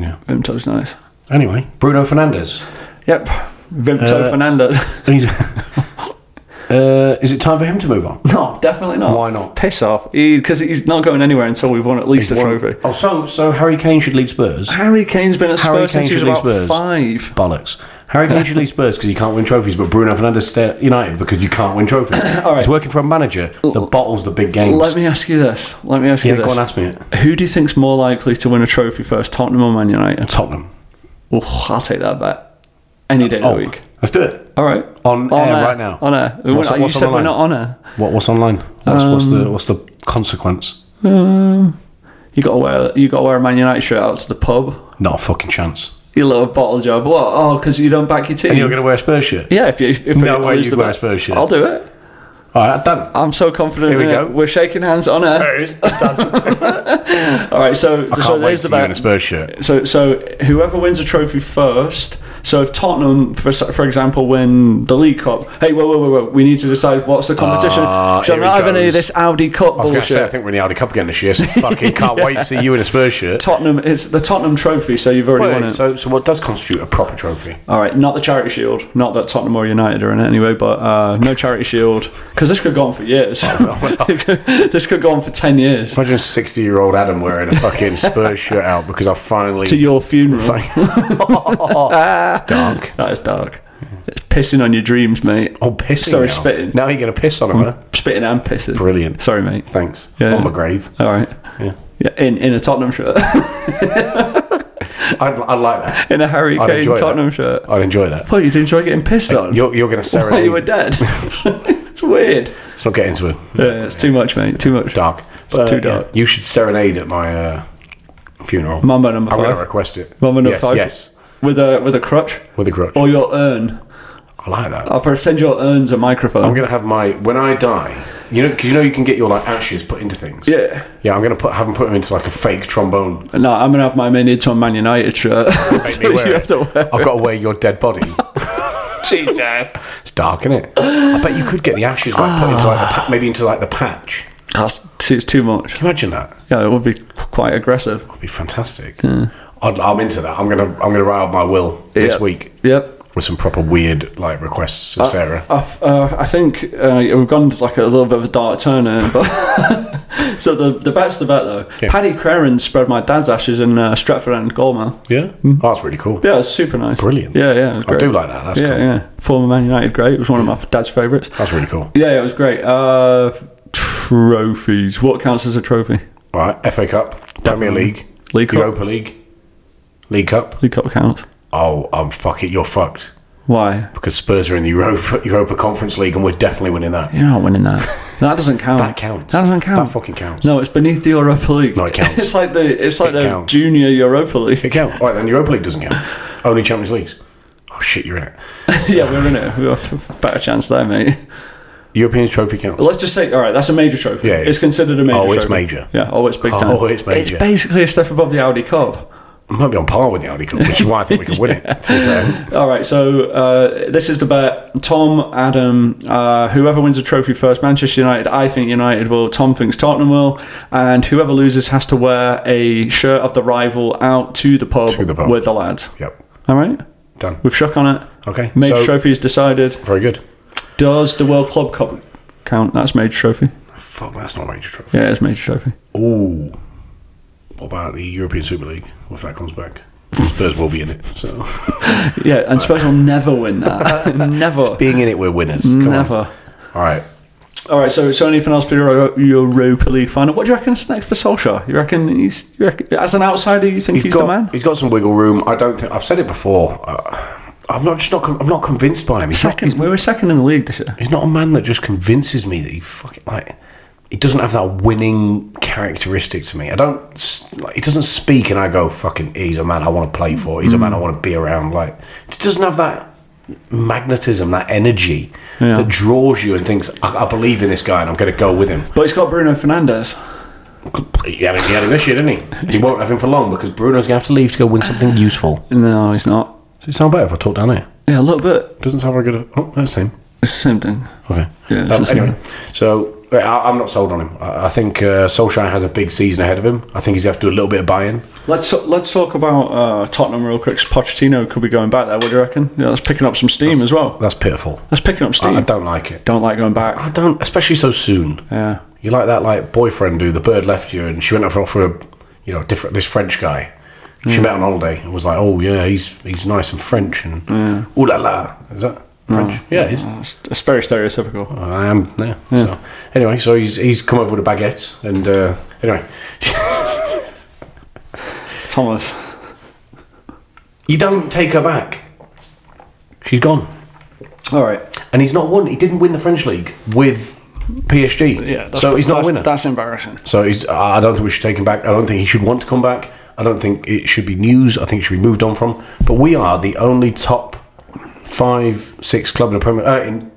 B: Yeah.
A: Vimto's nice.
B: Anyway, Bruno Fernandez.
A: Yep. Vimto
B: Uh,
A: Fernandez.
B: uh, is it time for him to move on?
A: no, definitely not.
B: Why not?
A: Piss off. Because he's not going anywhere until we've won at least a trophy.
B: Oh, so so Harry Kane should leave Spurs.
A: Harry Kane's been at
B: Harry
A: Spurs since he
B: Kane
A: was
B: should leave
A: about
B: Spurs.
A: five.
B: Bollocks. Harry Kane should leave Spurs because he can't win trophies, but Bruno Fernandes stay at United because you can't win trophies.
A: right.
B: He's working for a manager that bottles the big games.
A: Let me ask you this. Let me ask
B: yeah,
A: you
B: go
A: this.
B: and ask me it.
A: Who do you think's more likely to win a trophy first, Tottenham or Man United?
B: Tottenham.
A: Oh, I'll take that bet. Any day of
B: Oh,
A: the week.
B: let's do it.
A: All right.
B: On air right now.
A: On air.
B: What's-
A: We're not- you
B: what's on
A: said
B: the
A: we're
B: line?
A: not on air.
B: What, what's online? What's, what's the what's the consequence?
A: You got to wear you got to wear a Man United shirt out to the pub.
B: Not a fucking chance.
A: You little bottle job. What? Oh, because you don't back your team.
B: And you're going to wear a Spurs shirt?
A: yeah, if you if
B: No
A: I
B: way
A: lose
B: you'd
A: the
B: wear
A: bet,
B: a Spurs shirt.
A: I'll do it.
B: All right, done.
A: I'm so confident.
B: Here we
A: in it.
B: go.
A: We're shaking hands on air. All right, so
B: I
A: so
B: can't wait
A: there's
B: to
A: the
B: see you in a
A: bet.
B: Spurs shirt.
A: So so whoever wins a trophy first. So if Tottenham, for s- for example, win the League Cup, hey, whoa, whoa, whoa, whoa, we need to decide what's the competition.
B: Ah,
A: so I'm
B: here it
A: not having any of
B: goes.
A: this Audi Cup
B: I was going to say, I
A: bullshit.
B: think we're in the Audi Cup again this year, so fucking can't wait to see you in a Spurs shirt.
A: Tottenham, it's the Tottenham Trophy, so you've already won it.
B: so, so what does constitute a proper trophy?
A: All right, not the charity shield. Not that Tottenham or United are in it anyway, but uh, no charity shield because this could go on for years.
B: Oh,
A: this could go on for ten years
B: Imagine sixty-year-old Adam wearing a fucking Spurs shirt out because I finally.
A: to your funeral.
B: it's dark.
A: That is dark. It's pissing on your dreams, mate.
B: Oh, pissing!
A: Sorry,
B: now.
A: spitting.
B: Now you're going to piss on him, huh?
A: Spitting and pissing.
B: Brilliant.
A: Sorry, mate.
B: Thanks.
A: Yeah.
B: On my grave.
A: All right.
B: Yeah.
A: Yeah, in in a Tottenham shirt,
B: I'd, I'd like that.
A: in a Harry
B: I'd
A: Kane
B: enjoy that.
A: Tottenham shirt. I
B: I'd enjoy that.
A: thought you'd enjoy getting pissed on.
B: You're, you're going to
A: While
B: serenade.
A: you were dead. it's weird.
B: Let's not get into it.
A: Yeah, it's too much, mate. Too much.
B: Dark. But,
A: Too
B: yeah,
A: dark.
B: you should serenade at my uh, funeral.
A: Mambo number
B: I'm going to
A: five.
B: request it.
A: Mambo number
B: yes,
A: five. Oh.
B: Yes.
A: With a with a crutch
B: With a grudge.
A: or your urn.
B: I like that.
A: I'll pretend your urns a microphone.
B: I'm gonna have my when I die. You know, because you know you can get your like ashes put into things.
A: Yeah.
B: Yeah, I'm gonna put have them put them into like a fake trombone.
A: No, I'm gonna have my minute on Man United shirt.
B: Make
A: so
B: me
A: you
B: wear
A: have
B: it.
A: to wear.
B: I've got to wear your dead body.
A: Jesus.
B: It's dark, isn't it? I bet you could get the ashes like put into like the pa- maybe into like the patch.
A: That's see, it's too much.
B: Imagine that.
A: Yeah, it would be qu- quite aggressive
B: That'd be fantastic. I'd, I'm into that. I'm gonna I'm gonna write out my will this
A: Yep.
B: week
A: Yep.
B: with some proper weird like requests of Sarah.
A: I, f- uh, I think uh, we've gone to, like a little bit of a dark turn here, but so the the bet's the bet though.
B: Yeah.
A: Paddy Creran spread my dad's ashes in uh, Stretford and Gormer.
B: Yeah, oh, that's really cool.
A: Yeah, it's super nice.
B: Brilliant.
A: Yeah, yeah, it was
B: I
A: great.
B: do like that. That's
A: yeah,
B: cool.
A: yeah. Former Man United great. It was one of my f- dad's favourites.
B: That's really cool.
A: Yeah, yeah, it was great. Uh, trophies. What counts as a trophy?
B: All right, FA Cup, Premier League,
A: League Cup.
B: Europa League, League Cup.
A: League Cup counts.
B: Oh, I'm fuck it. You're fucked
A: Why?
B: because Spurs are in the Europa, Europa Conference League, and we're definitely winning that.
A: You're not winning that. That doesn't count.
B: That counts.
A: That doesn't count.
B: That fucking counts.
A: No, it's beneath the Europa League.
B: No, it counts.
A: It's like the it's like
B: It
A: the
B: counts.
A: junior Europa League.
B: It counts. All right, then Europa League doesn't count. Only Champions Leagues. Oh shit, you're in it.
A: yeah, we're in it. We have a better chance there, mate.
B: European Trophy counts.
A: But let's just say, all right, that's a major trophy.
B: Yeah, yeah.
A: It's considered a major.
B: Oh, it's
A: trophy.
B: major.
A: Yeah. Oh, it's big
B: Oh,
A: time.
B: it's major.
A: It's basically a step above the Audi Cup.
B: Might be on par with the Audi Cup, which is why I think we could win it. to be fair.
A: All right, so uh, this is the bet. Tom, Adam, uh, whoever wins the trophy first, Manchester United, I think United will, Tom thinks Tottenham will, and whoever loses has to wear a shirt of the rival out to the pub,
B: To the pub.
A: with the lads.
B: Yep.
A: All right?
B: Done.
A: We've shook on it.
B: Okay.
A: Major
B: so-
A: trophy is decided.
B: Very good.
A: Does the World Club Cup count? That's major trophy.
B: Fuck, that's not a major trophy.
A: Yeah, it's major trophy.
B: Ooh. What about the European Super League? What if that comes back? Spurs will be in it. So
A: Yeah, and Spurs will never win that. never.
B: being in it, we're winners. Come on.
A: Never.
B: All right.
A: All right. So, so anything else for your Europa League final? What do you reckon is next for Solskjaer? You reckon he's you reckon, as an outsider? You think he's,
B: got,
A: the man?
B: He's got some wiggle room. I don't think I've said it before. Uh, I'm not just not. con- I'm not convinced by him. He's not,
A: Second,
B: he's,
A: we were second in the league this year.
B: he's not a man that just convinces me that he fucking like. He doesn't have that winning characteristic to me. I don't. s- Like, he doesn't speak, and I go, "Fucking, he's a man I want to play for. He's a
A: Mm.
B: man I want to be around." Like, he doesn't have that magnetism, that energy
A: Yeah.
B: that draws you and thinks, I, "I believe in this guy, and I'm going to go with him."
A: But he's got Bruno Fernandes.
B: He had, him, he had him this year, didn't he? He won't have him for long because Bruno's going to have to leave to go win something useful.
A: No, he's not.
B: Does it sound better if I talk down here?
A: Yeah, a little bit.
B: Doesn't sound very good. Oh, that's him.
A: It's the same thing.
B: Okay.
A: Yeah, it's
B: Um,
A: the same.
B: anyway, so I, I'm not sold on him. I, I think uh, Solskjaer has a big season ahead of him. I think he's going to have to do a little bit of buy-in.
A: Let's let's talk about uh, Tottenham real quick. 'cause Pochettino could be going back there. What do you reckon? Yeah, that's picking up some steam as well.
B: That's pitiful.
A: That's picking up steam.
B: I, I don't like it.
A: Don't like going back.
B: I don't, especially so soon.
A: Yeah.
B: You like that, like boyfriend who the bird left you, and she went off for a, you know, different this French guy. She met on holiday and was like, "Oh yeah, he's he's nice and French and ooh la la." Is that French? Yeah, it is.
A: It's, it's very stereotypical.
B: I am there. So anyway, so he's he's come over with a baguette, and uh, anyway,
A: Thomas.
B: you don't take her back. She's gone,
A: All right.
B: and he's not won. He didn't win the French league with PSG.
A: Yeah. that's-
B: so he's not a
A: that's-
B: winner.
A: That's embarrassing.
B: So he's, I don't think we should take him back. I don't think he should want to come back. I don't think it should be news. I think it should be moved on from. But we are the only top five, six club in the Premier. Uh, in,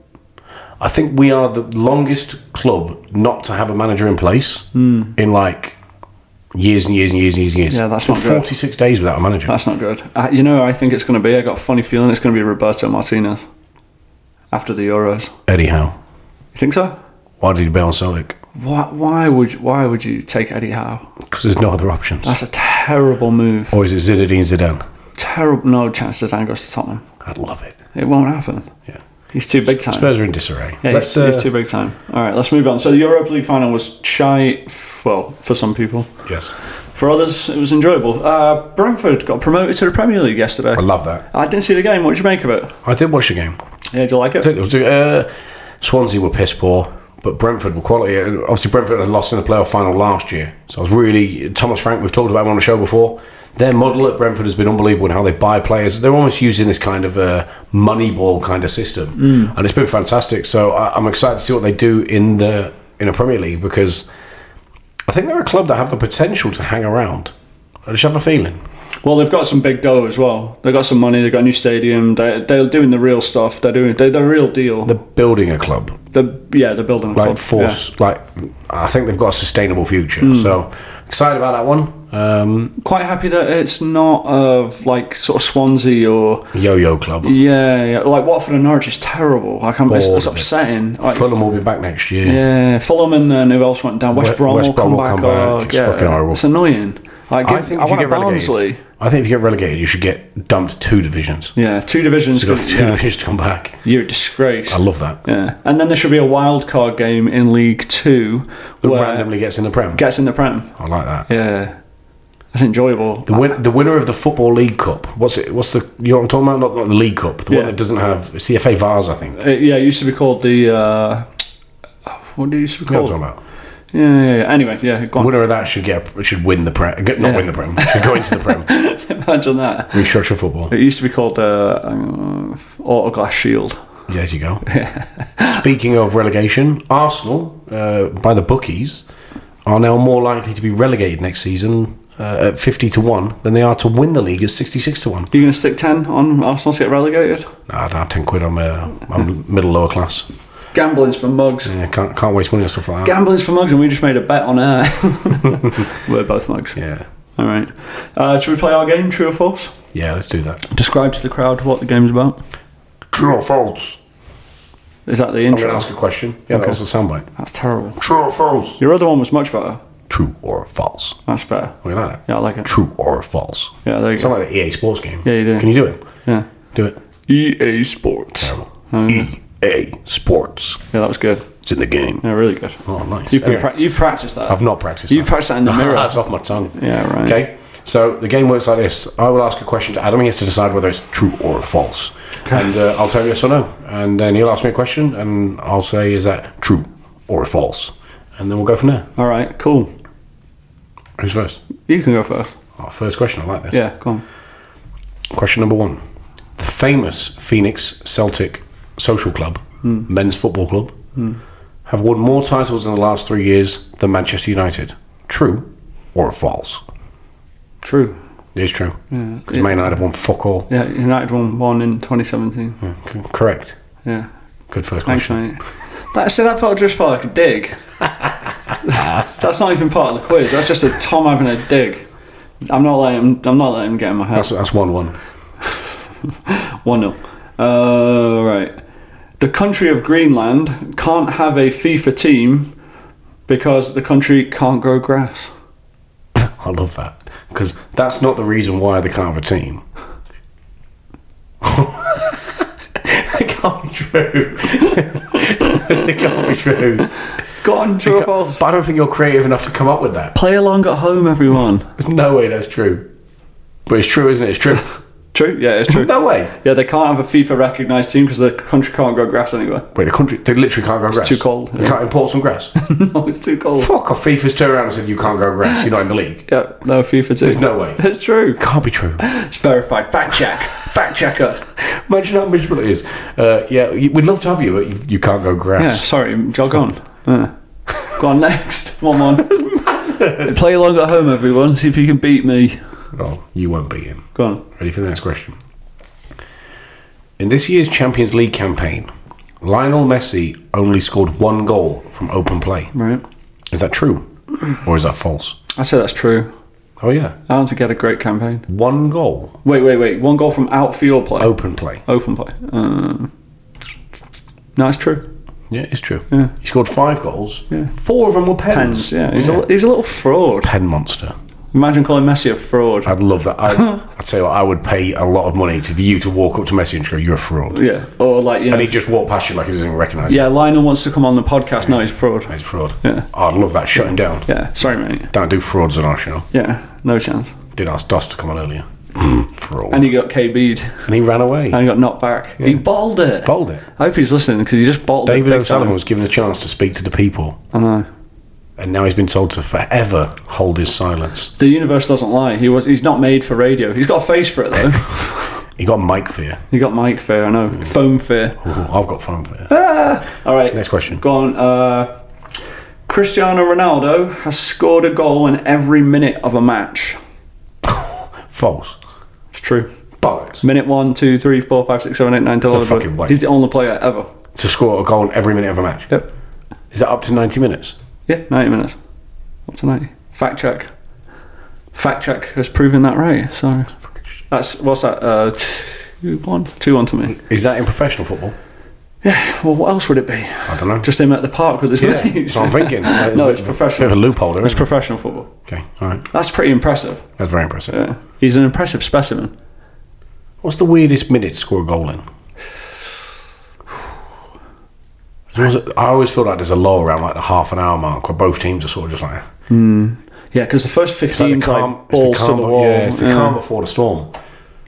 B: I think we are the longest club not to have a manager in place in like years and years and years and years and years.
A: Hmm. Yeah, that's
B: We're
A: not good.
B: forty-six days without a manager.
A: That's not good. Uh, you know, I think it's going to be. I got a funny feeling it's going to be Roberto Martinez after the Euros.
B: Eddie Howe.
A: You think so?
B: Why did he bail on Celtic?
A: Why, why would why would you take Eddie Howe?
B: Because there's no other options.
A: That's a terrible move.
B: or is it Zinedine Zidane?
A: Terrible. No chance that Dan goes to Tottenham.
B: I'd love it.
A: It won't happen.
B: Yeah.
A: He's too big time.
B: Spurs are in disarray.
A: Yeah,
B: Let's,
A: he's,
B: uh,
A: he's too big time. All right, let's move on. So the Europa League final was shy. f- Well, for some people,
B: yes,
A: for others, it was enjoyable. Uh, Brentford got promoted to the Premier League yesterday.
B: I love that.
A: I didn't see the game. What did you make of it?
B: I did watch the game.
A: Yeah, did you like it?
B: It was, uh, Swansea were piss poor, but Brentford were quality. And Obviously, Brentford had lost in the playoff final last year, so I was really Thomas Frank. We've talked about him on the show before. Their model at Brentford has been unbelievable in how they buy players. They're almost using this kind of uh, money ball kind of system, and it's been fantastic. So I, I'm excited to see what they do in the in a Premier League because I think they're a club that have the potential to hang around. I just have a feeling.
A: Well, they've got some big dough as well. They've got some money. They've got a new stadium. They, they're doing the real stuff. They're doing they're the real deal.
B: They're building a club.
A: They're, yeah, they're building a club.
B: like force like I think they've got a sustainable future.
A: Hmm.
B: So excited about that one. Um,
A: Yeah. Quite happy that it's not of like sort of Swansea or
B: Yo-Yo Club.
A: yeah, yeah. like Watford and Norwich is terrible. Like I'm, it's,
B: Bored
A: it's
B: of it.
A: upsetting. Like,
B: Fulham will be back next year.
A: Yeah, Fulham and then who else went down? West
B: West-
A: Brom
B: West
A: will
B: Brom
A: come
B: will
A: back.
B: come back.
A: Oh,
B: It's
A: yeah.
B: fucking horrible.
A: It's annoying. Like,
B: I think if you
A: want
B: get relegated,
A: Barnsley.
B: I think if you get relegated, you should get dumped two divisions.
A: Yeah, two divisions.
B: You got
A: could-
B: two
A: yeah,
B: divisions to come back.
A: you're a disgrace.
B: I love that.
A: yeah, and then there should be a wild card game in League Two where
B: Randomly gets in the Prem.
A: gets in the Prem.
B: I like that.
A: Yeah, that's enjoyable.
B: The, win- the winner of the Football League Cup. What's it? What's the? You know what I'm talking about? Not, not the League Cup. The one
A: Yeah.
B: that doesn't have it's the FA Vars. I think.
A: Uh, yeah, it used to be called the. Uh, what do you used to be
B: You know
A: called?
B: what I'm talking about.
A: Yeah, yeah, yeah. Anyway, yeah, go
B: The
A: on.
B: winner of that should get should win the Prem. Not
A: Yeah.
B: win the Prem. Should go into the Prem.
A: Imagine that.
B: Restructure football.
A: It used to be called uh, uh, Autoglass Shield.
B: There you go. Speaking of relegation, Arsenal, uh, by the bookies, are now more likely to be relegated next season uh, at 50 to 1 than they are to win the league at 66 to 1.
A: You gonna stick ten on Arsenal to get relegated?
B: Nah, I'd have 10 quid. I'm, uh, I'm middle lower class.
A: Gambling's for mugs.
B: Yeah, can't, can't waste money on stuff like that.
A: Gambling's for mugs, and we just made a bet on air. We're both mugs.
B: Yeah.
A: All right. Uh, should we play our game, true or false?
B: Yeah, let's do that.
A: Describe to the crowd what the game's about.
B: True or false?
A: Is that the
B: I'm going to
A: intro?
B: ask a question. Yeah, that was a soundbite.
A: That's terrible.
B: True or false?
A: Your other one was much better.
B: True or false?
A: That's better.
B: Look at that.
A: Yeah, I like it.
B: True or false?
A: Yeah, there you
B: It's not
A: go.
B: like an EA Sports game.
A: Yeah, you do.
B: Can you do it?
A: Yeah.
B: Do it.
A: EA Sports.
B: Oh, EA Sports.
A: Yeah, that was good.
B: It's in the game.
A: Yeah, really good.
B: Oh, nice.
A: You've, been
B: Anyway,
A: pra- you've practiced that.
B: I've not practiced.
A: You've practiced that in the mirror.
B: That's off my tongue.
A: Yeah, right.
B: Okay. So the game works like this. I will ask a question to Adam. He has to decide whether it's true or false.
A: Okay.
B: And uh, I'll tell you yes or no. And then he'll ask me a question, and I'll say, is that true or false? And then we'll go from there.
A: All right, cool.
B: Who's first?
A: You can go first.
B: Oh, first question. I like this.
A: Yeah, go on.
B: Question number one. The famous Phoenix Celtic Social Club,
A: Hmm.
B: men's football club, have won more titles in the last three years than Manchester United. True or false?
A: True.
B: It is true. Because
A: it-
B: Man United have won fuck all.
A: Yeah, United won one in 2017. Yeah.
B: C- correct. Good first
A: Thanks,
B: question.
A: mate. That, see, that felt just felt like a dig. That's not even part of the quiz. That's just a Tom having a dig. I'm not letting him, I'm not letting him get in my head.
B: That's, that's 1 1.
A: 1 0. Uh, right. The country of Greenland can't have a FIFA team because the country can't grow grass.
B: I love that. Because That's not the reason why the Carver team. It can't be true. it can't be true.
A: Gone true or false.
B: But I don't think you're creative enough to come up with that.
A: Play along at home, everyone.
B: There's no way that's true. But it's true, isn't it? It's true.
A: true. Yeah, it's true.
B: no way.
A: Yeah, they can't have a FIFA recognised team because the country can't grow grass anywhere.
B: Wait, the country, they literally can't grow grass.
A: too cold.
B: They can't import some grass.
A: no, it's too cold.
B: Fuck off. FIFA's turned around and said, you can't grow grass. You're not in the league.
A: Yeah, no FIFA too.
B: There's no way.
A: It's true.
B: Can't be true.
A: It's verified. Fact check.
B: Fact checker. Imagine how miserable it is. Uh, yeah, you- we'd love to have you, but you, you can't go
A: Yeah,
B: grass.
A: sorry, jog on. Yeah. Go on next. One on. Play along at home, everyone. See if you can beat me.
B: Oh, you won't beat him.
A: Go on.
B: Ready for the next question? In this year's Champions League campaign, Lionel Messi only scored one goal from open play.
A: Right.
B: Is that true? Or is that false?
A: I say that's true.
B: Oh, yeah.
A: I don't think he had a great campaign.
B: One goal,
A: Wait, wait, wait. One goal from outfield play.
B: open play.
A: Open play. Um, no, it's true.
B: Yeah, it's true. He scored five goals. Four of them were pens.
A: Pens, yeah. He's, A, he's a little fraud.
B: Pen monster.
A: Imagine calling Messi a fraud.
B: I'd love that. I, I'd say I would pay a lot of money to for you to walk up to Messi and go, "You're a fraud,"
A: Yeah. Or like, you
B: and
A: know.
B: he'd just walk past you like he doesn't recognise you.
A: Yeah, Lionel wants to come on the podcast. No, he's a fraud.
B: He's a fraud.
A: Yeah.
B: I'd love that. Shut him down.
A: Yeah, sorry, mate.
B: Don't do frauds on our show.
A: Yeah, no chance.
B: Did ask Doss to come on earlier. fraud.
A: Mm. And he got KB'd.
B: And he ran away.
A: and he got knocked back. He bottled it.
B: Bottled it.
A: I hope he's listening because he just bottled
B: David
A: it. big
B: O'Sullivan
A: time.
B: was given a chance to speak to the people,
A: I know.
B: and now he's been told to forever hold his silence.
A: The universe doesn't lie. He was. He's not made for radio. He's got a face for it though.
B: He got mic fear.
A: he got mic fear. I know. Foam fear.
B: Ooh, I've got phone fear.
A: All right.
B: Next question.
A: Go on. Uh, Cristiano Ronaldo has scored a goal in every minute of a match.
B: False.
A: It's true.
B: Bollocks.
A: Minute one, two, three, four, five, six, seven, eight, nine, ten, eleven.
B: fucking
A: twelve.
B: way.
A: He's the only player ever.
B: To score a goal in every minute of a match.
A: Yep.
B: Is that up to 90 minutes?
A: Yeah. Ninety minutes. What's a ninety? Fact check. Fact check has proven that right. Sorry. That's what's that? Uh, two one, two one to me.
B: Is that in professional football?
A: Yeah. Well, what else would it be?
B: I don't know.
A: Just him at the park with his mates.
B: So I'm thinking.
A: no, it's
B: Bit of a
A: professional.
B: loophole, there,
A: It's
B: isn't it?
A: professional football.
B: Okay, all right.
A: That's pretty impressive.
B: That's very impressive.
A: Yeah. He's an impressive specimen.
B: What's the weirdest minute to score a goal in? There's always- I always feel like there's a law around like the half an hour mark where both teams are sort of just like,
A: Yeah, because the first
B: it's like
A: fifteen
B: the calm,
A: like,
B: it's the
A: balls
B: calm
A: to the
B: be-
A: wall.
B: Yeah, it's the
A: Yeah.
B: calm before the storm.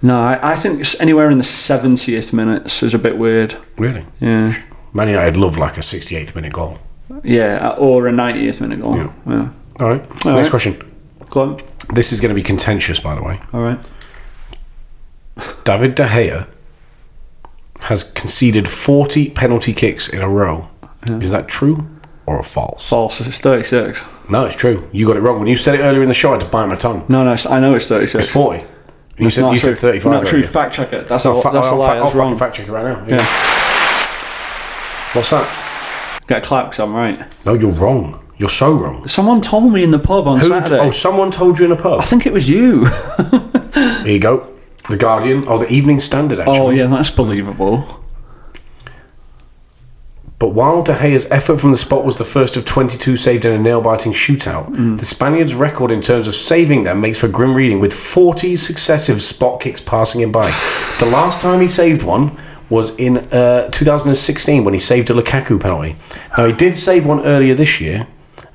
A: No, I, I think it's anywhere in the seventieth minutes is a bit weird.
B: Really?
A: Yeah.
B: Man United love like a 68th minute goal.
A: Yeah, or a ninetieth minute goal. Yeah.
B: All right. Next
A: right.
B: question.
A: Go on.
B: This is going to be contentious, by the way.
A: All right.
B: David De Gea has conceded 40 penalty kicks in a row. Is that true or false?
A: False. It's thirty-six.
B: No, it's true. You got it wrong. When you said it earlier in the show, I had to bite my tongue.
A: No, no, it's- I know it's thirty-six.
B: It's 40. You, said,
A: not
B: you
A: true.
B: said 35.
A: Not true.
B: earlier.
A: Fact check it. That's
B: I'll
A: a,
B: fa-
A: that's a
B: I'll
A: lie.
B: fa- I'll
A: that's
B: fucking
A: wrong.
B: fact check it right now. Yeah.
A: yeah.
B: What's that?
A: Get a clap 'cause I'm right.
B: No, you're wrong. You're so wrong.
A: Someone told me in the pub on
B: Who-
A: Saturday.
B: oh, someone told you in a pub.
A: I think it was you.
B: Here you go. The Guardian. Oh, the Evening Standard, actually.
A: Oh yeah, that's believable.
B: But while De Gea's effort from the spot was the first of 22 saved in a nail biting shootout, the Spaniards' record in terms of saving them makes for grim reading with 40 successive spot kicks passing him by. the last time he saved one was in uh, 2016 when he saved a Lukaku penalty. Now, he did save one earlier this year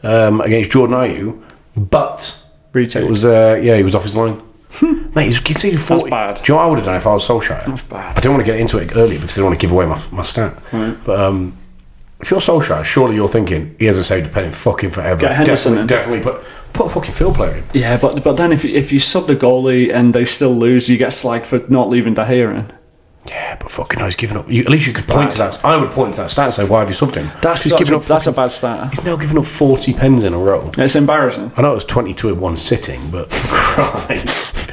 B: um, against Jordan Ayew, but
A: Retake.
B: it was, uh, yeah, he was off his line. Mate, he's conceded 40.
A: bad.
B: Do you know what I would have done if I was Solskjaer? That's
A: bad.
B: I didn't want to get into it earlier because I didn't want to give away my, my stat. But um, if you're Solskjaer, surely you're thinking he hasn't saved a penny fucking forever.
A: Get Henderson
B: definitely, definitely put, put a fucking field player in.
A: Yeah, but but then if you, if you sub the goalie and they still lose, you get slagged for not leaving De Gea in.
B: Yeah, but fucking no, he's given up. You, at least you could point to that. I would point to that stat and say, why have you subbed him?
A: That's
B: he's
A: such
B: given
A: a,
B: up
A: that's a
B: fucking-
A: bad start.
B: He's now given up 40 pens in a row.
A: It's embarrassing.
B: I know it was 22 in one sitting, but Christ.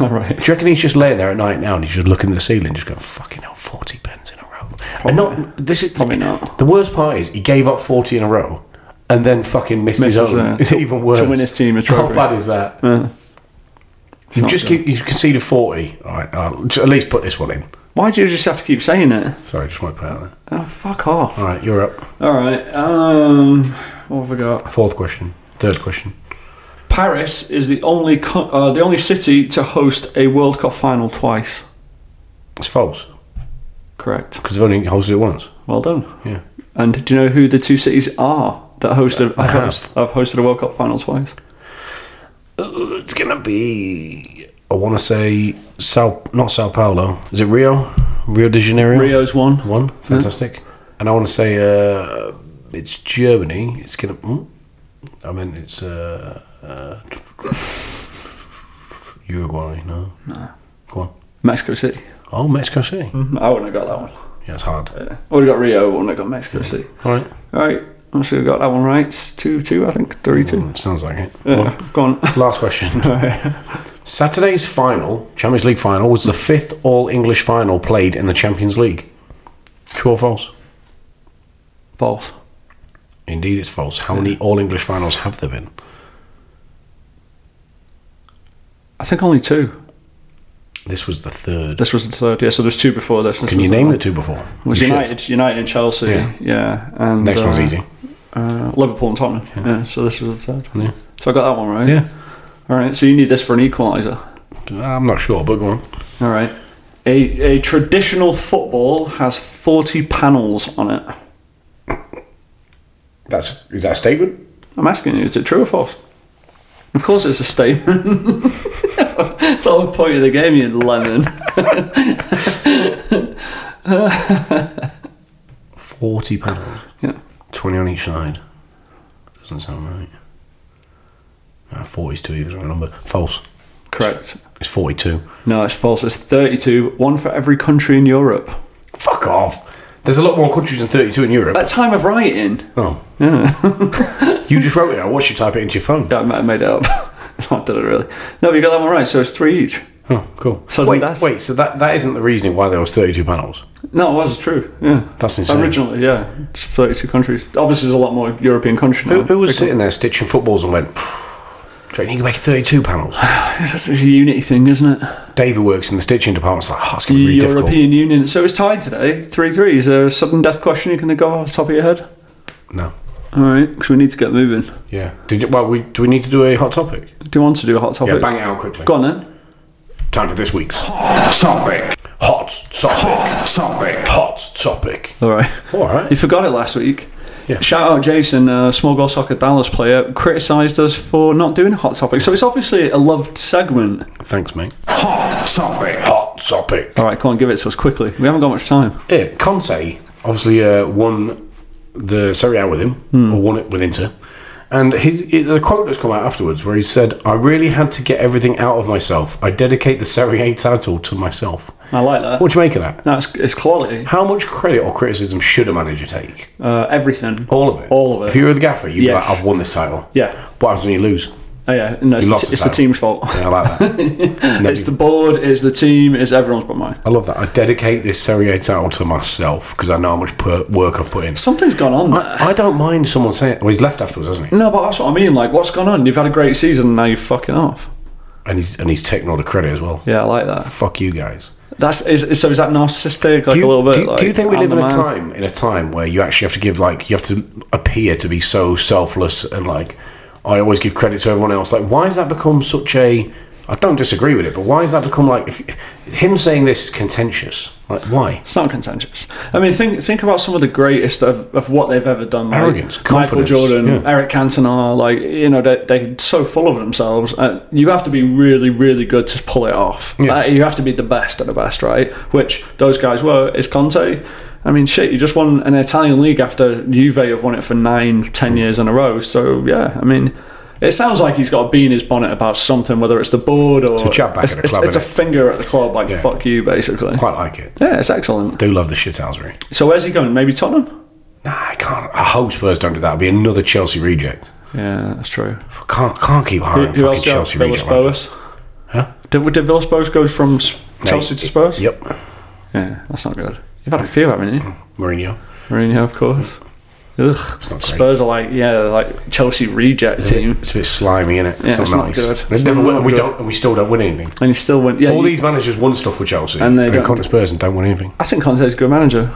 A: All right.
B: Do you reckon he's just laying there at night now and he's just looking at the ceiling, just going, fucking hell, 40 pens in a row? and not, this is
A: Probably not.
B: The worst part is he gave up 40 in a row and then fucking missed his
A: Misses,
B: own.
A: uh,
B: it's
A: to-
B: even worse.
A: to win his team a
B: How
A: trophy.
B: bad is that? you
A: not
B: just
A: good.
B: keep, you conceded 40. All right, I'll just at least put this one in.
A: Why do you just have to keep saying it?
B: Sorry, I just want to put it out there.
A: Oh, fuck off.
B: All right, you're up.
A: All right. Um, what have we got?
B: Fourth question. Third question.
A: Paris is the only co- uh, the only city to host a World Cup final twice.
B: It's false
A: Correct.
B: because they've only hosted it once.
A: Well done.
B: Yeah.
A: And do you know who the two cities are that hosted
B: I have.
A: host, have hosted a World Cup final twice?
B: Uh, It's gonna be. I want to say Sao, not Sao Paulo. Is it Rio? Rio de Janeiro.
A: Rio's one.
B: One. Fantastic. And I want to say uh, it's Germany. It's gonna. mm, I mean, it's uh, uh, Uruguay. No. No. Go on.
A: Mexico City.
B: Oh, Mexico City.
A: I wouldn't have got that one.
B: Yeah, it's hard.
A: Yeah. I would have got Rio. I wouldn't have got Mexico City.
B: All right.
A: All right. Let's see. We got that one right. It's two two. I think three two.
B: Hmm, Sounds like it.
A: Yeah. Go on.
B: Last question. Saturday's final, Champions League final, was the fifth all English final played in the Champions League. True or false?
A: False.
B: Indeed, it's false. How many all English finals have there been?
A: I think only two.
B: This was the third.
A: This was the third. Yeah. So there's two before this. this
B: Can you
A: was
B: name
A: one.
B: the two before?
A: It was
B: You should.
A: United, United and Chelsea.
B: Yeah.
A: Yeah. And
B: Next one's
A: uh,
B: easy.
A: Uh, Liverpool and Tottenham. Yeah. So this was the third.
B: Yeah.
A: So I got that one right.
B: Yeah.
A: All right. So you need this for an equaliser.
B: I'm not sure, but go on.
A: All right. A, a traditional football has 40 panels on it.
B: That's is that a statement?
A: I'm asking you, is it true or false? Of course it's a statement. it's the whole point of the game, you lemon.
B: Forty panels.
A: Yeah.
B: Twenty on each side. Doesn't sound right. No, Forty's too even of a number. False.
A: Correct.
B: It's forty-two.
A: No, it's false. It's 32, one for every country in Europe.
B: Fuck off. There's a lot more countries than 32 in Europe.
A: At time of writing,
B: Oh. you just wrote it out. What you type it into your phone?
A: yeah, I might have made it up. I did it really. No, but you got that one right, so it's three each.
B: Oh, cool.
A: So
B: wait,
A: that's-
B: wait. So that, that isn't the reasoning why there was 32 panels.
A: No, it was true. Yeah.
B: That's insane.
A: Originally, yeah. It's 32 countries. Obviously, there's a lot more European countries now.
B: Who, who was sitting there stitching footballs and went, Drake, you can make 32 panels.
A: It's just this unity thing, isn't it?
B: David works in the stitching department. It's like, oh, it's going to be really
A: European
B: difficult.
A: Union. So it's tied today, 3 3. Is there a sudden death question you can think of off the top of your head?
B: No.
A: All right, because we need to get moving.
B: Yeah. Did you, well, we, do we need to do a hot topic?
A: Do you want to do a hot topic?
B: Yeah, bang it out quickly.
A: Go on then.
B: Time for this week's hot topic. Hot topic. Hot topic.
A: All right.
B: All right.
A: You forgot it last week.
B: Yeah.
A: Shout out Jason, uh, small goal soccer Dallas player, criticised us for not doing a hot topic. So it's obviously a loved segment.
B: Thanks, mate. Hot topic. Hot topic.
A: All right, come on, give it to us quickly. We haven't got much time.
B: Yeah, Conte obviously uh, won the Serie A with him, or won it with Inter. And his, it, the quote that's come out afterwards where he said, I really had to get everything out of myself. I dedicate the Serie A title to myself.
A: I like that.
B: What do you make of that?
A: No, it's, it's quality.
B: How much credit or criticism should a manager take?
A: Uh, everything.
B: All of it.
A: All of it.
B: If you were the gaffer, you'd
A: Yes.
B: be like, I've won this title.
A: Yeah.
B: What happens when you lose?
A: Oh, yeah. No, it's,
B: You lost
A: the,
B: the
A: it's the
B: title.
A: team's fault.
B: Yeah, I like that. And then
A: It's
B: you-
A: the board, it's the team, it's everyone's but mine.
B: I love that. I dedicate this Serie A title to myself because I know how much per- work I've put in.
A: Something's gone on there.
B: I don't mind someone saying, well, he's left afterwards, hasn't he?
A: No, but that's what I mean. Like, what's gone on? You've had a great season and now you're fucking off.
B: and he's and he's taking all the credit as well.
A: Yeah, I like that.
B: Fuck you guys.
A: That's is, is- so. Is that narcissistic? Like
B: Do
A: a
B: you,
A: little bit.
B: do you-
A: like,
B: do you think we
A: I'm
B: live
A: the
B: in a
A: man?
B: time in a time where you actually have to give like you have to appear to be so selfless and like I always give credit to everyone else? Like, why has that become such a? I don't disagree with it, but why has that become like if, if him saying this is contentious? Like, why?
A: It's not contentious. I mean, think think about some of the greatest of, of what they've ever done. Like
B: Arrogance,
A: Michael
B: confidence,
A: Jordan,
B: yeah.
A: Eric Cantona. Like you know, they they're so full of themselves. Uh, you have to be really, really good to pull it off.
B: Yeah.
A: Uh, you have to be the best of the best, right? Which those guys were. Is Conte? I mean, shit. You just won an Italian league after Juve have won it for nine, ten years in a row. So yeah, I mean. It sounds like he's got a bee in his bonnet about something, whether it's the board or it's
B: a jab back at the
A: it's,
B: club,
A: it's a
B: innit?
A: finger at the club, like
B: Yeah.
A: "fuck you," basically.
B: Quite like it.
A: Yeah, it's excellent.
B: Do love the shithousery.
A: So where's he going? Maybe Tottenham?
B: Nah, I can't. I hope Spurs don't do that. It'll be another Chelsea reject.
A: Yeah, that's true.
B: Can't can't keep hiring
A: Who
B: fucking
A: else? uh, Got
B: Chelsea
A: Villas
B: reject. managers.
A: Boas.
B: Huh?
A: Did, did Villas Boas go from S- Chelsea to Spurs?
B: Yep,
A: Yeah, that's not good. You've had a few, haven't you?
B: Mourinho.
A: Mourinho, of course. Ugh.
B: great.
A: Spurs are like, yeah, they're like Chelsea reject team.
B: It's a bit slimy, isn't it?
A: Yeah, it's not good.
B: It's
A: It's
B: never
A: not
B: win, we
A: good.
B: don't, and we still don't win anything.
A: And he still went, yeah.
B: All
A: you-
B: these managers won stuff with Chelsea,
A: And they
B: and
A: don't-
B: come to Spurs and don't win anything.
A: I think Conte's a good manager.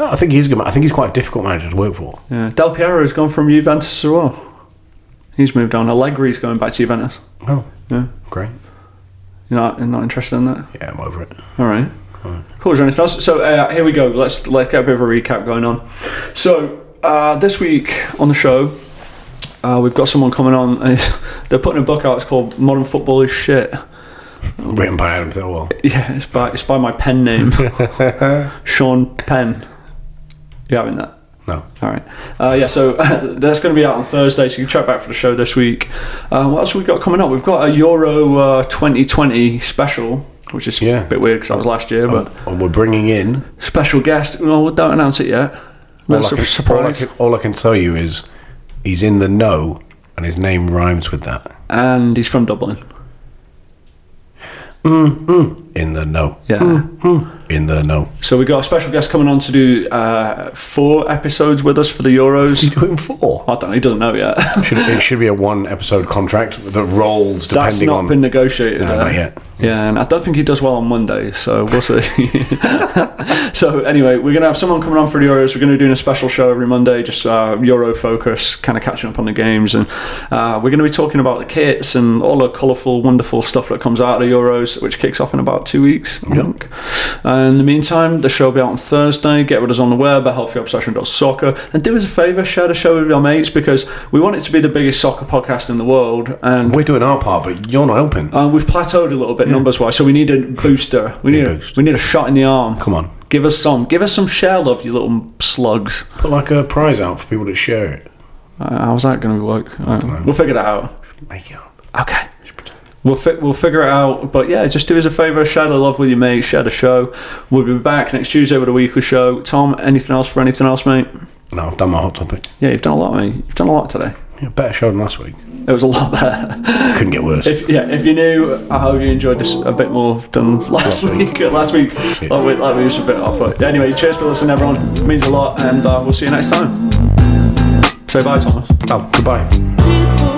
B: I think he's good. I think he's quite a difficult manager to work for.
A: Yeah. Del Piero has gone from Juventus as well. He's moved on. Allegri's going back to Juventus.
B: Oh,
A: Yeah.
B: great.
A: You're not, you're not interested in that?
B: Yeah, I'm over it.
A: All right. Cool, Johnny. So, so uh, here we go. Let's let's get a bit of a recap going on. So uh, this week on the show, uh, we've got someone coming on. And it's- they're putting a book out. It's called Modern Football is Shit.
B: Written by Adam Thirlwell.
A: Yeah, it's by it's by my pen name, Sean Penn. You having that?
B: No.
A: All right. Uh, yeah, so that's going to be out on Thursday, so you can check back for the show this week. Uh, what else have we got coming up? We've got a Euro uh, 2020 special, which is
B: Yeah.
A: a bit weird because that was last year, but
B: And we're bringing in.
A: special guest. No, we don't announce it yet.
B: All,
A: That's a
B: I can, all, I
A: surprise.
B: can, all I can tell you is he's in the know and his name rhymes with that.
A: And he's from Dublin.
B: In the know. Hmm.
A: Yeah. Hmm.
B: In the know.
A: So we got a special guest coming on to do uh, four episodes with us for the Euros.
B: doing four?
A: I don't know. He doesn't know yet.
B: Should, it should be a one episode contract that rolls depending
A: That's not
B: on.
A: been negotiated.
B: No,
A: yet.
B: not yet.
A: Yeah, and I don't think he does well on Monday, so we'll see. so anyway, we're going to have someone coming on for the Euros. We're going to be doing a special show every Monday, just uh, Euro focus, kind of catching up on the games, and uh, we're going to be talking about the kits and all the colourful, wonderful stuff that comes out of the Euros, which kicks off in about two weeks. I think. And in the meantime, the show will be out on Thursday. Get with us on the web at healthyobsession.soccer, and do us a favour, share the show with your mates because we want it to be the biggest soccer podcast in the world, and
B: We're doing our part, but you're not helping.
A: um, we've plateaued a little bit numbers wise, so we need a booster. We need a,
B: boost.
A: we need a shot in the arm.
B: Come on.
A: Give us some. Give us some share love, you little slugs.
B: Put like a prize out for people to share it.
A: Uh, how's that going to work? Uh, we'll figure that out.
B: Make it up.
A: Okay. We'll, fi- we'll figure it out. But yeah, just do us a favour. Share the love with your mates. Share the show. We'll be back next Tuesday with a weekly show. Tom, anything else for anything else, mate?
B: No, I've done my hot topic.
A: Yeah, you've done a lot, mate. You've done a lot today.
B: Yeah, better show than last week.
A: It was a lot better.
B: Couldn't get worse.
A: If, yeah, if you're new, I hope you enjoyed this a bit more than last week. Last week, like we, like we was a bit off. But yeah, anyway, cheers for listening, everyone. It means a lot, and uh, we'll see you next time. Say bye, Thomas.
B: oh, goodbye.
D: People